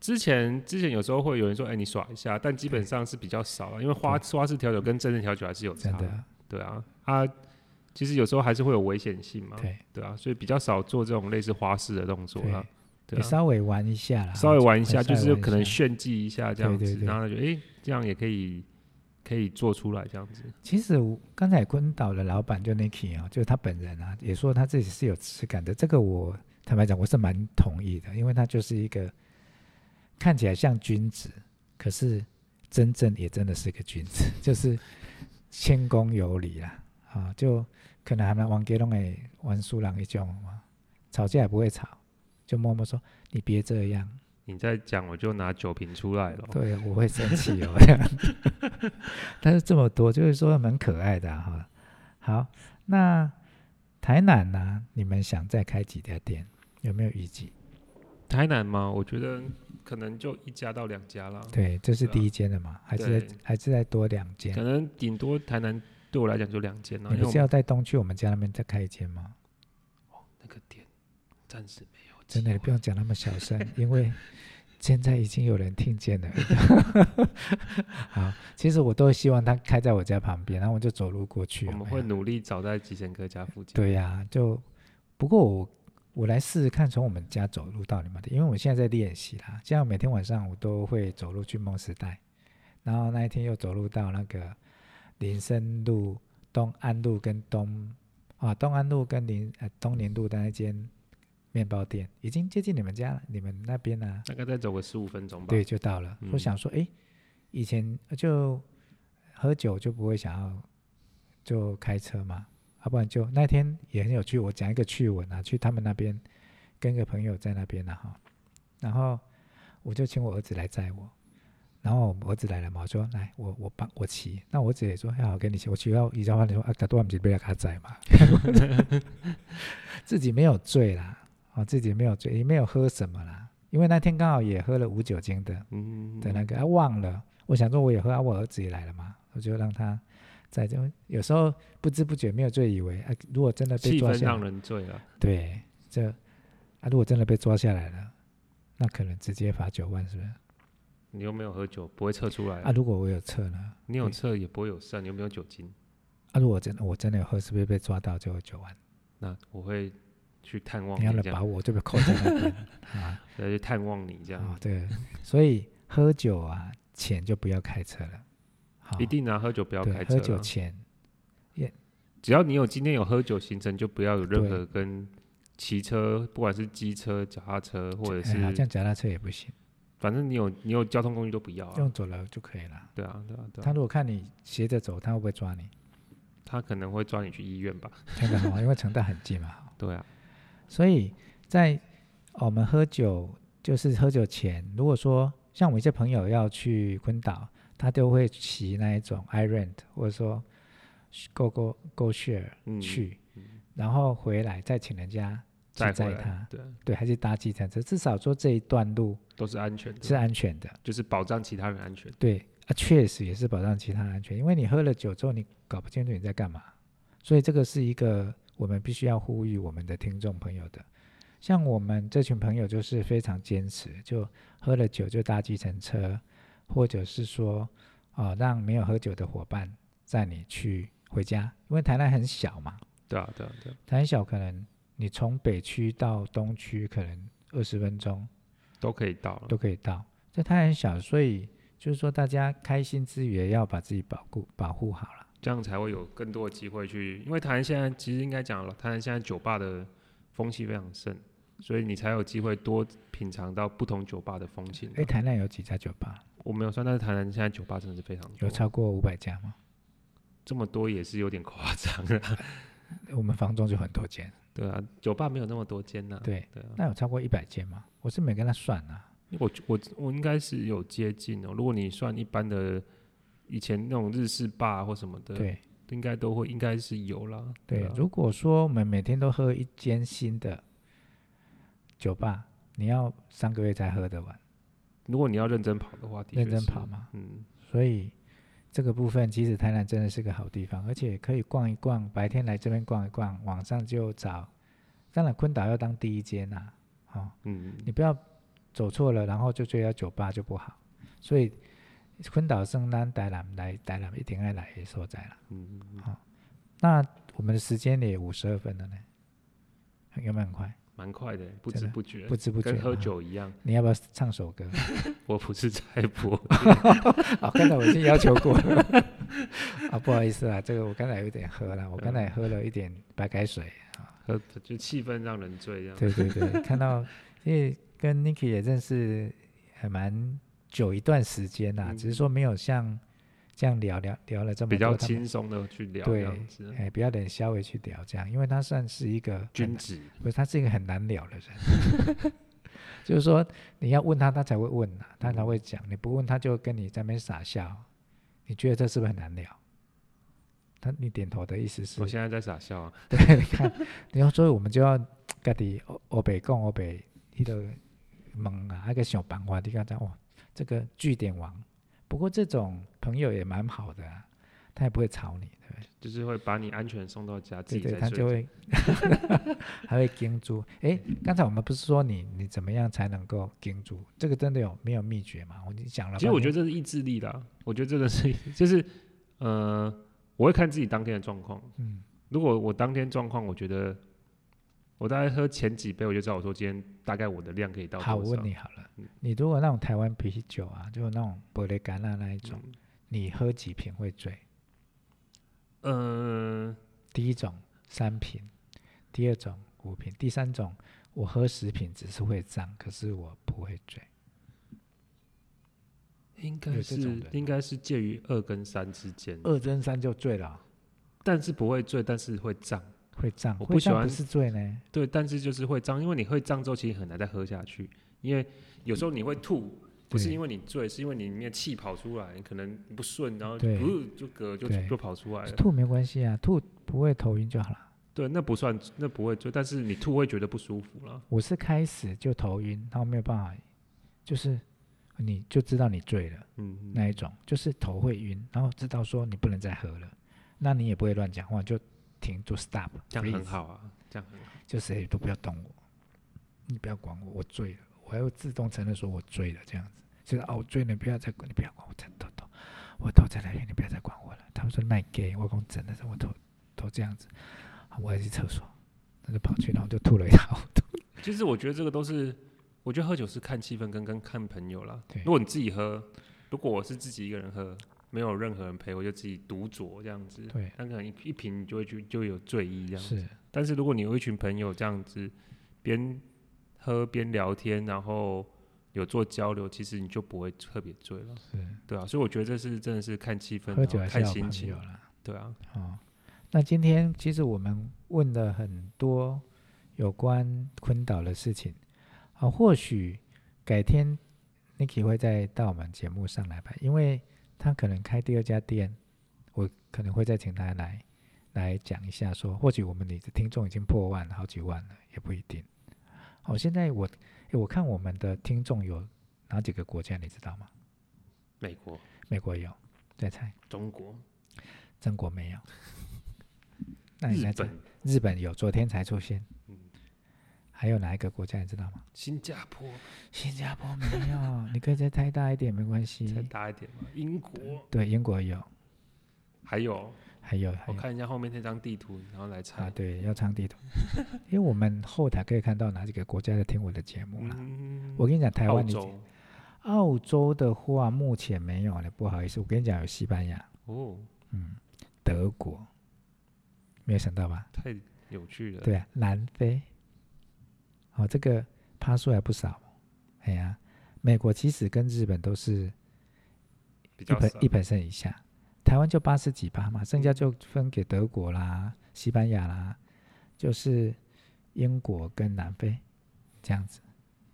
Speaker 2: 之前之前有时候会有人说，哎、你耍一下，但基本上是比较少了，因为花花式调酒跟真正调酒还是有
Speaker 1: 真
Speaker 2: 差，
Speaker 1: 的，
Speaker 2: 对啊，它其实有时候还是会有危险性嘛，
Speaker 1: 对，
Speaker 2: 对啊，所以比较少做这种类似花式的动作啦，对
Speaker 1: 你
Speaker 2: 啊。
Speaker 1: 稍微玩一下啦，
Speaker 2: 稍微玩一下，
Speaker 1: 我稍
Speaker 2: 就
Speaker 1: 微
Speaker 2: 是
Speaker 1: 玩一
Speaker 2: 可能
Speaker 1: 下
Speaker 2: 炫技一下这样子，
Speaker 1: 对对对
Speaker 2: 然后就哎、这样也可以，可以做出来这样子。
Speaker 1: 其实我刚才昆岛的老板就 Niki 哦，就是他本人啊，也说他自己是有质感的。这个我坦白讲，我是蛮同意的，因为他就是一个看起来像君子，可是真正也真的是个君子， 就是谦恭有礼啦。啊，就可能还蛮王杰龙诶，玩输人一种嘛，吵架也不会吵，就默默说你别这样，
Speaker 2: 你再讲，我就拿酒瓶出来了。
Speaker 1: 对，我会生气 哦。这样但是这么多，就是说蛮可爱的啊哈、好，那台南呢、你们想再开几家店？有没有预计？
Speaker 2: 台南吗？我觉得可能就一家到两家啦，
Speaker 1: 对，这是
Speaker 2: 对啊
Speaker 1: 第一间的嘛，还是
Speaker 2: 对
Speaker 1: 再还是再多两间
Speaker 2: 可？能顶多台南对我来讲就两间啦，
Speaker 1: 你
Speaker 2: 因为
Speaker 1: 不
Speaker 2: 我
Speaker 1: 是
Speaker 2: 们
Speaker 1: 要在东区我们家那边再开一间吗？
Speaker 2: 那个店暂时没有计划。
Speaker 1: 真的，你不用讲那么小声，因为现在已经有人听见 了。 好，其实我都希望他开在我家旁边，然后我就走路过去。
Speaker 2: 我
Speaker 1: 有
Speaker 2: 们
Speaker 1: 没
Speaker 2: 会
Speaker 1: 有
Speaker 2: 努力找在吉贤哥家附近。
Speaker 1: 对呀、就不过我我来试试看，从我们家走路到你们的，因为我现在在练习啦。这样每天晚上我都会走路去梦时代，然后那一天又走路到那个林森路东安路跟东啊东安路跟林呃东林路的那间面包店，已经接近你们家了，你们那边呢、啊
Speaker 2: 大概再走个十五分钟吧。
Speaker 1: 对，，就到了。我
Speaker 2: 嗯
Speaker 1: 想说，哎，以前呃就喝酒就不会想要就开车嘛，啊要不然就那天也很有趣。我讲一个趣闻啊，去他们那边跟个朋友在那边了、啊、哈，然后我就请我儿子来载我，然后我儿子来了嘛，我说来我我帮我骑，那我儿子也说哎好跟你骑，我骑到宜家花你说啊，他多不是被他载嘛， 自己没有醉啦，哦自己没有醉，也没有喝什么啦。因为那天刚好也喝了无酒精的，
Speaker 2: 嗯，
Speaker 1: 的那个，啊忘了。我想说我也喝，啊我儿子也来了嘛，我就让他在这。有时候不知不觉没有醉以为，啊如果真的被
Speaker 2: 气
Speaker 1: 抓
Speaker 2: 氛
Speaker 1: 下
Speaker 2: 让
Speaker 1: 来，
Speaker 2: 人醉了。
Speaker 1: 对，这啊如果真的被抓下来了，那可能直接罚九万是不是？
Speaker 2: 你又没有喝酒，不会测出来。
Speaker 1: 啊如果我有测呢？
Speaker 2: 你有测也不会有剩，你又没有酒精。
Speaker 1: 啊如果真的我真的有喝，是不是被抓到就有九万？
Speaker 2: 那我会去探望
Speaker 1: 你要
Speaker 2: 你
Speaker 1: 能
Speaker 2: 这
Speaker 1: 把
Speaker 2: 样，
Speaker 1: 我就被扣在那 边啊
Speaker 2: 再去探望你这
Speaker 1: 啊
Speaker 2: 样，
Speaker 1: 对，所以喝酒啊前就不要开车了，好
Speaker 2: 一定啊，喝酒不要
Speaker 1: 对
Speaker 2: 开车
Speaker 1: 喝酒
Speaker 2: 啊。
Speaker 1: 前
Speaker 2: 只要你有今天有喝酒行程，就不要有任
Speaker 1: 对
Speaker 2: 何跟骑车，不管是机车、脚踏车，或者
Speaker 1: 哎好
Speaker 2: 是
Speaker 1: 像脚踏车也不行，
Speaker 2: 反正你有你有交通工具都不要啊。
Speaker 1: 用走了就可以了。
Speaker 2: 对啊，对啊，
Speaker 1: 嗯
Speaker 2: 对啊
Speaker 1: 他，如果看你斜着走，他会不会抓你？
Speaker 2: 他可能会抓你去医院吧？
Speaker 1: 真的好，因为成大很近嘛。
Speaker 2: 对啊，
Speaker 1: 所以在哦我们喝酒，就是喝酒前，如果说像我一些朋友要去昆岛，他都会骑那一种 i rent 或者说 go go go share
Speaker 2: 嗯，
Speaker 1: 去，
Speaker 2: 嗯
Speaker 1: 然后回来再请人家去
Speaker 2: 再回
Speaker 1: 载
Speaker 2: 来
Speaker 1: 他，，
Speaker 2: 对啊，
Speaker 1: 对，还是搭计程车，至少说这一段路
Speaker 2: 都是安全
Speaker 1: 是啊
Speaker 2: 的，
Speaker 1: 安全的。
Speaker 2: 就是保障其他人安全。
Speaker 1: 对啊，确实也是保障其他人安全，因为你喝了酒之后，你搞不清楚你在干嘛，所以这个是一个我们必须要呼吁我们的听众朋友的。像我们这群朋友就是非常坚持，就喝了酒就搭计程车，或者是说，啊、让没有喝酒的伙伴载你去回家，因为台南很小嘛，
Speaker 2: 对啊，对啊，对啊，
Speaker 1: 台南小可能你从北区到东区可能二十分钟，
Speaker 2: 都可以到了。
Speaker 1: 都可以到。这它很小，所以就是说大家开心之余也要把自己保护保护好了。
Speaker 2: 这样才会有更多的机会去。因为台湾现在其实应该讲了，台湾现在酒吧的风气非常盛，所以你才有机会多品尝到不同酒吧的风情啊。
Speaker 1: 哎，台南有几家酒吧？
Speaker 2: 我没有算，但是台南现在酒吧真的是非常
Speaker 1: 有
Speaker 2: 多，
Speaker 1: 超过五百家吗？
Speaker 2: 这么多也是有点夸张了。
Speaker 1: 我们房中就很多间，
Speaker 2: 对啊，酒吧没有那么多间呐、
Speaker 1: 对，
Speaker 2: 对啊，
Speaker 1: 那有超过一百间吗？我是没跟他算啊。
Speaker 2: 我我我应该是有接近哦。如果你算一般的，以前那种日式吧或什么的，，
Speaker 1: 对
Speaker 2: 应该都会应该是有啦。
Speaker 1: 对，
Speaker 2: 啊
Speaker 1: 如果说我们每天都喝一间新的酒吧，你要三个月才喝得完，
Speaker 2: 如果你要认真跑的话，的确
Speaker 1: 认真
Speaker 2: 是
Speaker 1: 跑，嘛。
Speaker 2: 嗯，
Speaker 1: 所以这个部分，其实台南真的是个好地方，而且可以逛一逛，白天来这边逛一逛，晚上就找。当然，昆岛要当第一间呐、啊，哦，
Speaker 2: 嗯，
Speaker 1: 你不要走错了，然后就追到酒吧就不好。所以，昆岛圣诞台南来台南一定要来的所在啦。
Speaker 2: 嗯，嗯
Speaker 1: 那我们的时间也五十二分了呢，有没有很快？
Speaker 2: 蛮快的，不
Speaker 1: 真
Speaker 2: 知
Speaker 1: 的
Speaker 2: 不觉，
Speaker 1: 不知不觉
Speaker 2: 跟喝
Speaker 1: 啊
Speaker 2: 酒一样。
Speaker 1: 你要不要唱首歌？
Speaker 2: 我不 是菜博，
Speaker 1: 哦，刚才我已经要求过了 啊，不好意思啊，这个我刚才有点喝
Speaker 2: 嗯
Speaker 1: 了，我刚才喝了一点白开水。
Speaker 2: 喝 就气氛让人醉这样。
Speaker 1: 对对 对，看到因为跟 Niki 也认识还蛮久一段时间啦、
Speaker 2: 嗯
Speaker 1: 只是说没有像这样聊聊聊了这么
Speaker 2: 比较
Speaker 1: 多他们
Speaker 2: 轻松的去聊这
Speaker 1: 对
Speaker 2: 样子，，
Speaker 1: 哎，不要等稍微去聊这样，因为他算是一个很
Speaker 2: 君
Speaker 1: 难
Speaker 2: 子，
Speaker 1: 不是他是一个很难聊的人， 就是说你要问他，他才会问啊，他才
Speaker 2: 嗯
Speaker 1: 会讲，你不问他就跟你在那边傻笑，你觉得这是不是很难聊？他你点头的意思是
Speaker 2: 我，现在在傻笑啊，
Speaker 1: 对， 你看，然后所以我们就要家己欧北讲欧北，迄个问啊，那个想办法，你看讲哇，这个据点王。不过这种朋友也蛮好的、啊，他也不会吵你，对不对？
Speaker 2: 就是会把你安全送到家，自
Speaker 1: 对
Speaker 2: 己
Speaker 1: 对，
Speaker 2: 再
Speaker 1: 他
Speaker 2: 睡
Speaker 1: 就
Speaker 2: 觉。
Speaker 1: 会还会 盯住。诶，刚才我们不是说你你怎么样才能够盯住？这个真的有没有秘诀嘛？我你讲了半天，
Speaker 2: 其实我觉得这是意志力啦，我觉得真的是 就是呃，我会看自己当天的状况。
Speaker 1: 嗯，
Speaker 2: 如果我当天状况，我觉得我大概喝前几杯，我就知道我说今天大概我的量可以到多少。
Speaker 1: 好，我问你好了
Speaker 2: 嗯，
Speaker 1: 你如果那种台湾啤酒啊啊，就是那种玻璃橄榄那一种，
Speaker 2: 嗯，
Speaker 1: 你喝几瓶会醉？
Speaker 2: 嗯、
Speaker 1: 第一种三瓶，第二种五瓶，第三种我喝十瓶只是会胀，可是我不会醉。
Speaker 2: 应
Speaker 1: 有
Speaker 2: 该
Speaker 1: 这种
Speaker 2: 是
Speaker 1: 人
Speaker 2: 应该是介于二跟三之间，
Speaker 1: 二跟三就醉了，
Speaker 2: 但是不会醉，但是会胀。
Speaker 1: 会胀。
Speaker 2: 我
Speaker 1: 会
Speaker 2: 不喜
Speaker 1: 胀
Speaker 2: 欢
Speaker 1: 不是醉呢，
Speaker 2: 对，但是就是会胀，因为你会胀之后，其实很难再喝下去，因为有时候你会吐，不是
Speaker 1: 对
Speaker 2: 因为你醉，是因为你里面气跑出来，你可能不顺，然后就
Speaker 1: 对
Speaker 2: 噗就嗝就
Speaker 1: 对
Speaker 2: 就跑出来了。
Speaker 1: 吐没关系啊，吐不会头晕就好了。
Speaker 2: 对，那不算，那不会醉，但是你吐会觉得不舒服啦。
Speaker 1: 我是开始就头晕，然后没有办法，就是你就知道你醉了。
Speaker 2: 嗯，
Speaker 1: 那一种，就是头会晕，然后知道说你不能再喝了，那你也不会乱讲话，就停就 stop，
Speaker 2: 这样很
Speaker 1: freeze，
Speaker 2: 好啊，这样很好。
Speaker 1: 就谁都不要动我，你不要管我，我醉了，我还会自动承认说我醉了这样子，就是哦我醉了，你不要再管，你不要管我，真头痛，我头在那边，你不要再管我了。他们说卖给我讲真的是我头头这样子，好我要去厕所，那就跑去，然后就吐了一套，
Speaker 2: 其实我觉得这个都是，我觉得喝酒是看气氛跟跟看朋友啦
Speaker 1: 对。
Speaker 2: 如果你自己喝，如果我是自己一个人喝，没有任何人陪，我就自己独酌这样子。
Speaker 1: 对，
Speaker 2: 但可能一一瓶你就会去就有醉意这样子。
Speaker 1: 是
Speaker 2: 但是如果你有一群朋友这样子，边喝边聊天，然后有做交流，其实你就不会特别醉了，
Speaker 1: 是，
Speaker 2: 对啊。所以我觉得这是真的是看气氛，
Speaker 1: 喝酒还
Speaker 2: 然后
Speaker 1: 是
Speaker 2: 看
Speaker 1: 要
Speaker 2: 心
Speaker 1: 朋
Speaker 2: 情
Speaker 1: 友，啦。
Speaker 2: 对啊。
Speaker 1: 哦，那今天其实我们问了很多有关昆岛的事情，啊，或许改天 Niki 会再到我们节目上来吧，因为他可能开第二家店，我可能会再请他来来讲一下说或许我们你的听众已经破万好几万了，也不一定。哦，现在我诶我看我们的听众有哪几个国家，你知道吗？
Speaker 2: 美国、
Speaker 1: 美国有，再猜，
Speaker 2: 中国、
Speaker 1: 中国没 有。那你
Speaker 2: 日
Speaker 1: 来猜。
Speaker 2: 本、
Speaker 1: 日本有，昨天才出现。
Speaker 2: 嗯
Speaker 1: 还有哪一个国家你知道吗？
Speaker 2: 新加坡，
Speaker 1: 新加坡没 有，你可以再猜大一点，没关
Speaker 2: 再
Speaker 1: 系。
Speaker 2: 大一点嘛，英国，
Speaker 1: 嗯对，英国有，
Speaker 2: 还有
Speaker 1: 还有还
Speaker 2: 我
Speaker 1: 有
Speaker 2: 看一下后面那张地图，然后来
Speaker 1: 啊，
Speaker 2: 猜。
Speaker 1: 对，要唱地 图，因为我们后台可以看到哪几个国家在听我的节目了。
Speaker 2: 嗯
Speaker 1: 我跟你讲，台
Speaker 2: 澳
Speaker 1: 湾你
Speaker 2: 洲
Speaker 1: 澳洲的话目前没有了，不好意思，我跟你讲有西班牙，
Speaker 2: 哦，
Speaker 1: 嗯，德国，没有想到吧？
Speaker 2: 太有趣了。
Speaker 1: 对啊，南非，哦，这个趴数还不少。哎呀，美国其实跟日本都是
Speaker 2: 比
Speaker 1: 一
Speaker 2: 较
Speaker 1: 百
Speaker 2: 少嗯
Speaker 1: 一百胜以下，台湾就八十几趴嘛，剩下就分给德国啦、西班牙啦，就是英国跟南非这样子，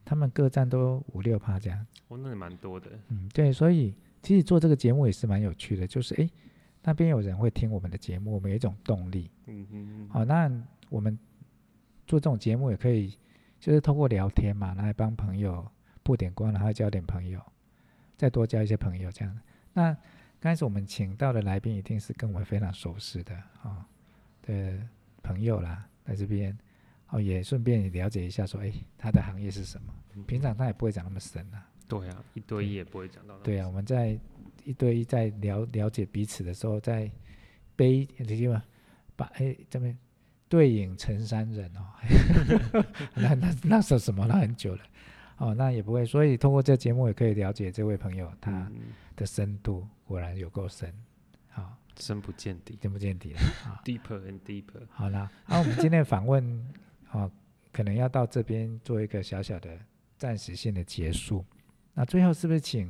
Speaker 1: 他们各占都五六趴这样。
Speaker 2: 哦，那也蛮多的。
Speaker 1: 嗯，对，所以其实做这个节目也是蛮有趣的，就是诶，那边有人会听我们的节目，我们有一种动力。
Speaker 2: 嗯哼，
Speaker 1: 好，那我们做这种节目也可以，就是通过聊天嘛，来帮朋友布点光，然后交点朋友，再多交一些朋友这样。那刚开始我们请到的来宾一定是跟我们非常熟识的哦的朋友啦，在这边哦也顺便也了解一下说，哎，他的行业是什么？平常他也不会讲那么深啊。
Speaker 2: 对啊，一对一也不会讲到那么
Speaker 1: 对啊，我们在一对一在了了解彼此的时候，在背你记吗？把哎这边对影成三人哦， 那那那是什么？那很久了哦，那也不会。所以通过这节目也可以了解这位朋友他
Speaker 2: 嗯
Speaker 1: 的深度，果然有够深，好、
Speaker 2: 深不见底。
Speaker 1: 见不见底了啊
Speaker 2: ，deeper and deeper。
Speaker 1: 好啦，那、我们今天的访问哦，可能要到这边做一个小小的暂时性的结束。那最后是不是请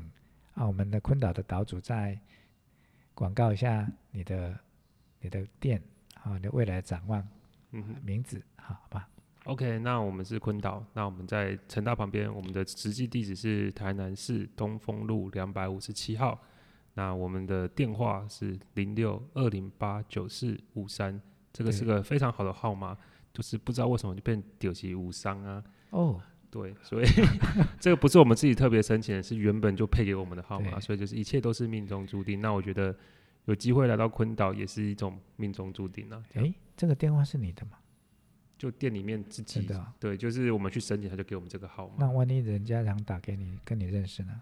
Speaker 1: 啊我们的昆岛的岛主再广告一下你的你的店啊、你的未来展望、
Speaker 2: 嗯哼
Speaker 1: 名字好吧？
Speaker 2: ，OK，那我们是昆岛，那我们在成大旁边，我们的实际地址是台南市东风路两百五十七号，那我们的电话是零六二零八九四五三，这个
Speaker 1: 对
Speaker 2: 是个非常好的号码，就是不知道为什么就变丢弃无伤啊。
Speaker 1: 哦，
Speaker 2: 对，所以 这个不是我们自己特别申请的，是原本就配给我们的号码，
Speaker 1: 对
Speaker 2: 所以就是一切都是命中注定。那我觉得有机会来到昆岛也是一种命中注定啊。这样
Speaker 1: 诶，这个电话是你的吗？
Speaker 2: 就店里面自
Speaker 1: 真
Speaker 2: 己
Speaker 1: 的、哦？
Speaker 2: 对，就是我们去申请，他就给我们这个号码，
Speaker 1: 那万一人家想打给你，跟你认识呢？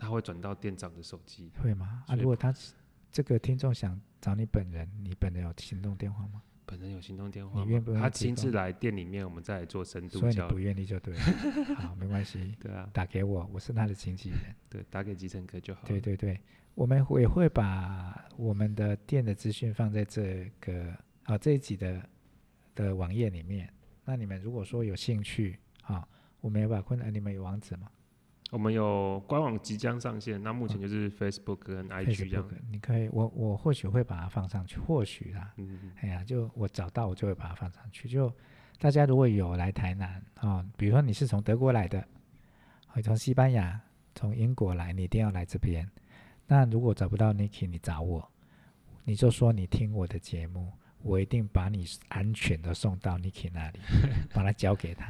Speaker 2: 他会转到店长的手机。
Speaker 1: 会吗？啊，
Speaker 2: 所以
Speaker 1: 如果他这个听众想找你本人，你本人有行动电话吗？
Speaker 2: 本人有行动电话吗
Speaker 1: 你愿不愿意
Speaker 2: 他
Speaker 1: 提
Speaker 2: 亲自
Speaker 1: 供
Speaker 2: 来店里面，我们再来做深度
Speaker 1: 所以你
Speaker 2: 交
Speaker 1: 不
Speaker 2: 流。
Speaker 1: 愿意就对了。好，没关系，
Speaker 2: 对啊，
Speaker 1: 打给我，我是他的经纪人。
Speaker 2: 对，打给急诊科就好了。
Speaker 1: 对对对，我们也会把我们的店的资讯放在这个啊这一集的的网页里面。那你们如果说有兴趣啊，我们也把困难，你们有网址吗
Speaker 2: 我们有官网即将上线，那目前就是 Facebook 跟 IG 这样
Speaker 1: 嗯 Facebook，。你可以，我我或许会把它放上去，或许啦。
Speaker 2: 嗯，
Speaker 1: 哎呀，就我找到我就会把它放上去。就大家如果有来台南啊、比如说你是从德国来的，或从西班牙、从英国来，你一定要来这边。那如果找不到 Niki，你找我，你就说你听我的节目，我一定把你安全的送到 Niki 那里，把它交给他。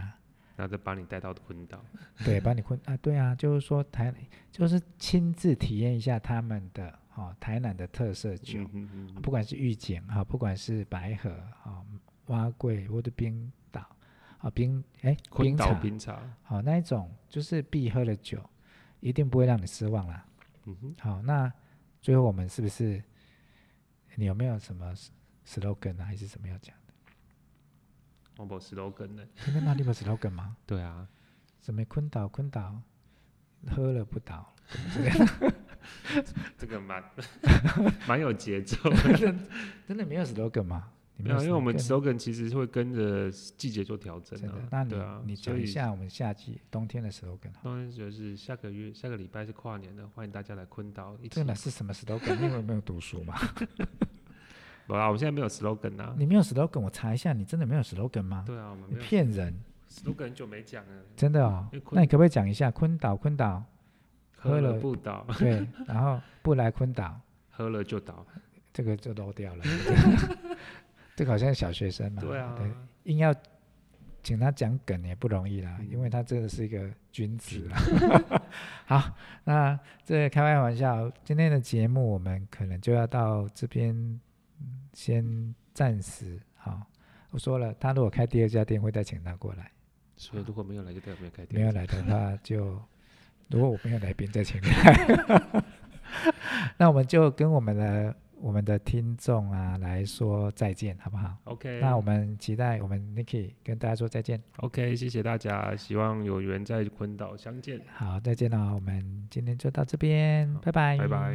Speaker 2: 然后再把你带到昏倒。
Speaker 1: 对，把你困啊，对啊，就是说台，就是亲自体验一下他们的哦台南的特色酒。
Speaker 2: 嗯嗯嗯
Speaker 1: 不管是预警啊，不管是白河啊、蛙桂或者冰岛啊、冰哎
Speaker 2: 昏倒
Speaker 1: 茶
Speaker 2: 冰茶。
Speaker 1: 好、那一种就是必喝的酒，一定不会让你失望啦。
Speaker 2: 嗯哼，
Speaker 1: 好，那最后我们是不是你有没有什么 s- slogan 啊，还是什么要讲的？
Speaker 2: 我有 slogan 呢？
Speaker 1: 真的吗？你有 slogan 吗？
Speaker 2: 对啊，
Speaker 1: 什么昆岛昆岛，喝了不倒，
Speaker 2: 这个蛮 蛮有 节奏。
Speaker 1: 真的没有 slogan 吗？你
Speaker 2: 没有，因为我们
Speaker 1: slogan？
Speaker 2: slogan 其实会跟着季节做调整
Speaker 1: 真的
Speaker 2: 啊。，
Speaker 1: 那你、
Speaker 2: 对啊，
Speaker 1: 你
Speaker 2: 所
Speaker 1: 讲一
Speaker 2: 以
Speaker 1: 下我们夏季冬天的 slogan 好了。
Speaker 2: 当然就是下个月下个礼拜是跨年的，欢迎大家来昆岛一起
Speaker 1: 这。哪是什么 slogan？你有没有读书嘛？
Speaker 2: 不啦，我们现在没有 slogan 啊。
Speaker 1: 你没有 slogan，我查一下，你真的没有 slogan 吗？
Speaker 2: 对啊，我们
Speaker 1: 你
Speaker 2: 没有
Speaker 1: 骗人，
Speaker 2: slogan 很久没讲了，
Speaker 1: 真的哦
Speaker 2: 因为。昆
Speaker 1: 那你可不可以讲一下昆岛？昆 岛，喝
Speaker 2: 喝
Speaker 1: 了
Speaker 2: 了不倒，
Speaker 1: 对，然后不来昆岛，
Speaker 2: 喝了就倒。
Speaker 1: 这个就漏 掉了。这个这个好像小学生嘛，
Speaker 2: 对啊，
Speaker 1: 硬要请他讲梗也不容易啦，
Speaker 2: 嗯
Speaker 1: 因为他真的是一个君子啊。 好，那这开完玩笑，今天的节目我们可能就要到这边嗯先暂时好。我说了，他如果开第二家店，会再请他过来。
Speaker 2: 所以如果没有来就代表没有开
Speaker 1: 没
Speaker 2: 店。
Speaker 1: 有来的话就，如果我没有来宾再请你来， 那我们就跟我们的我们的听众啊来说再见，好不好？
Speaker 2: OK，
Speaker 1: 那我们期待我们 Niki 跟大家说再见。
Speaker 2: OK，谢谢大家，希望有缘在昆岛相见，
Speaker 1: 好，再见了，我们今天就到这边
Speaker 2: 好，
Speaker 1: 拜拜，
Speaker 2: 拜拜。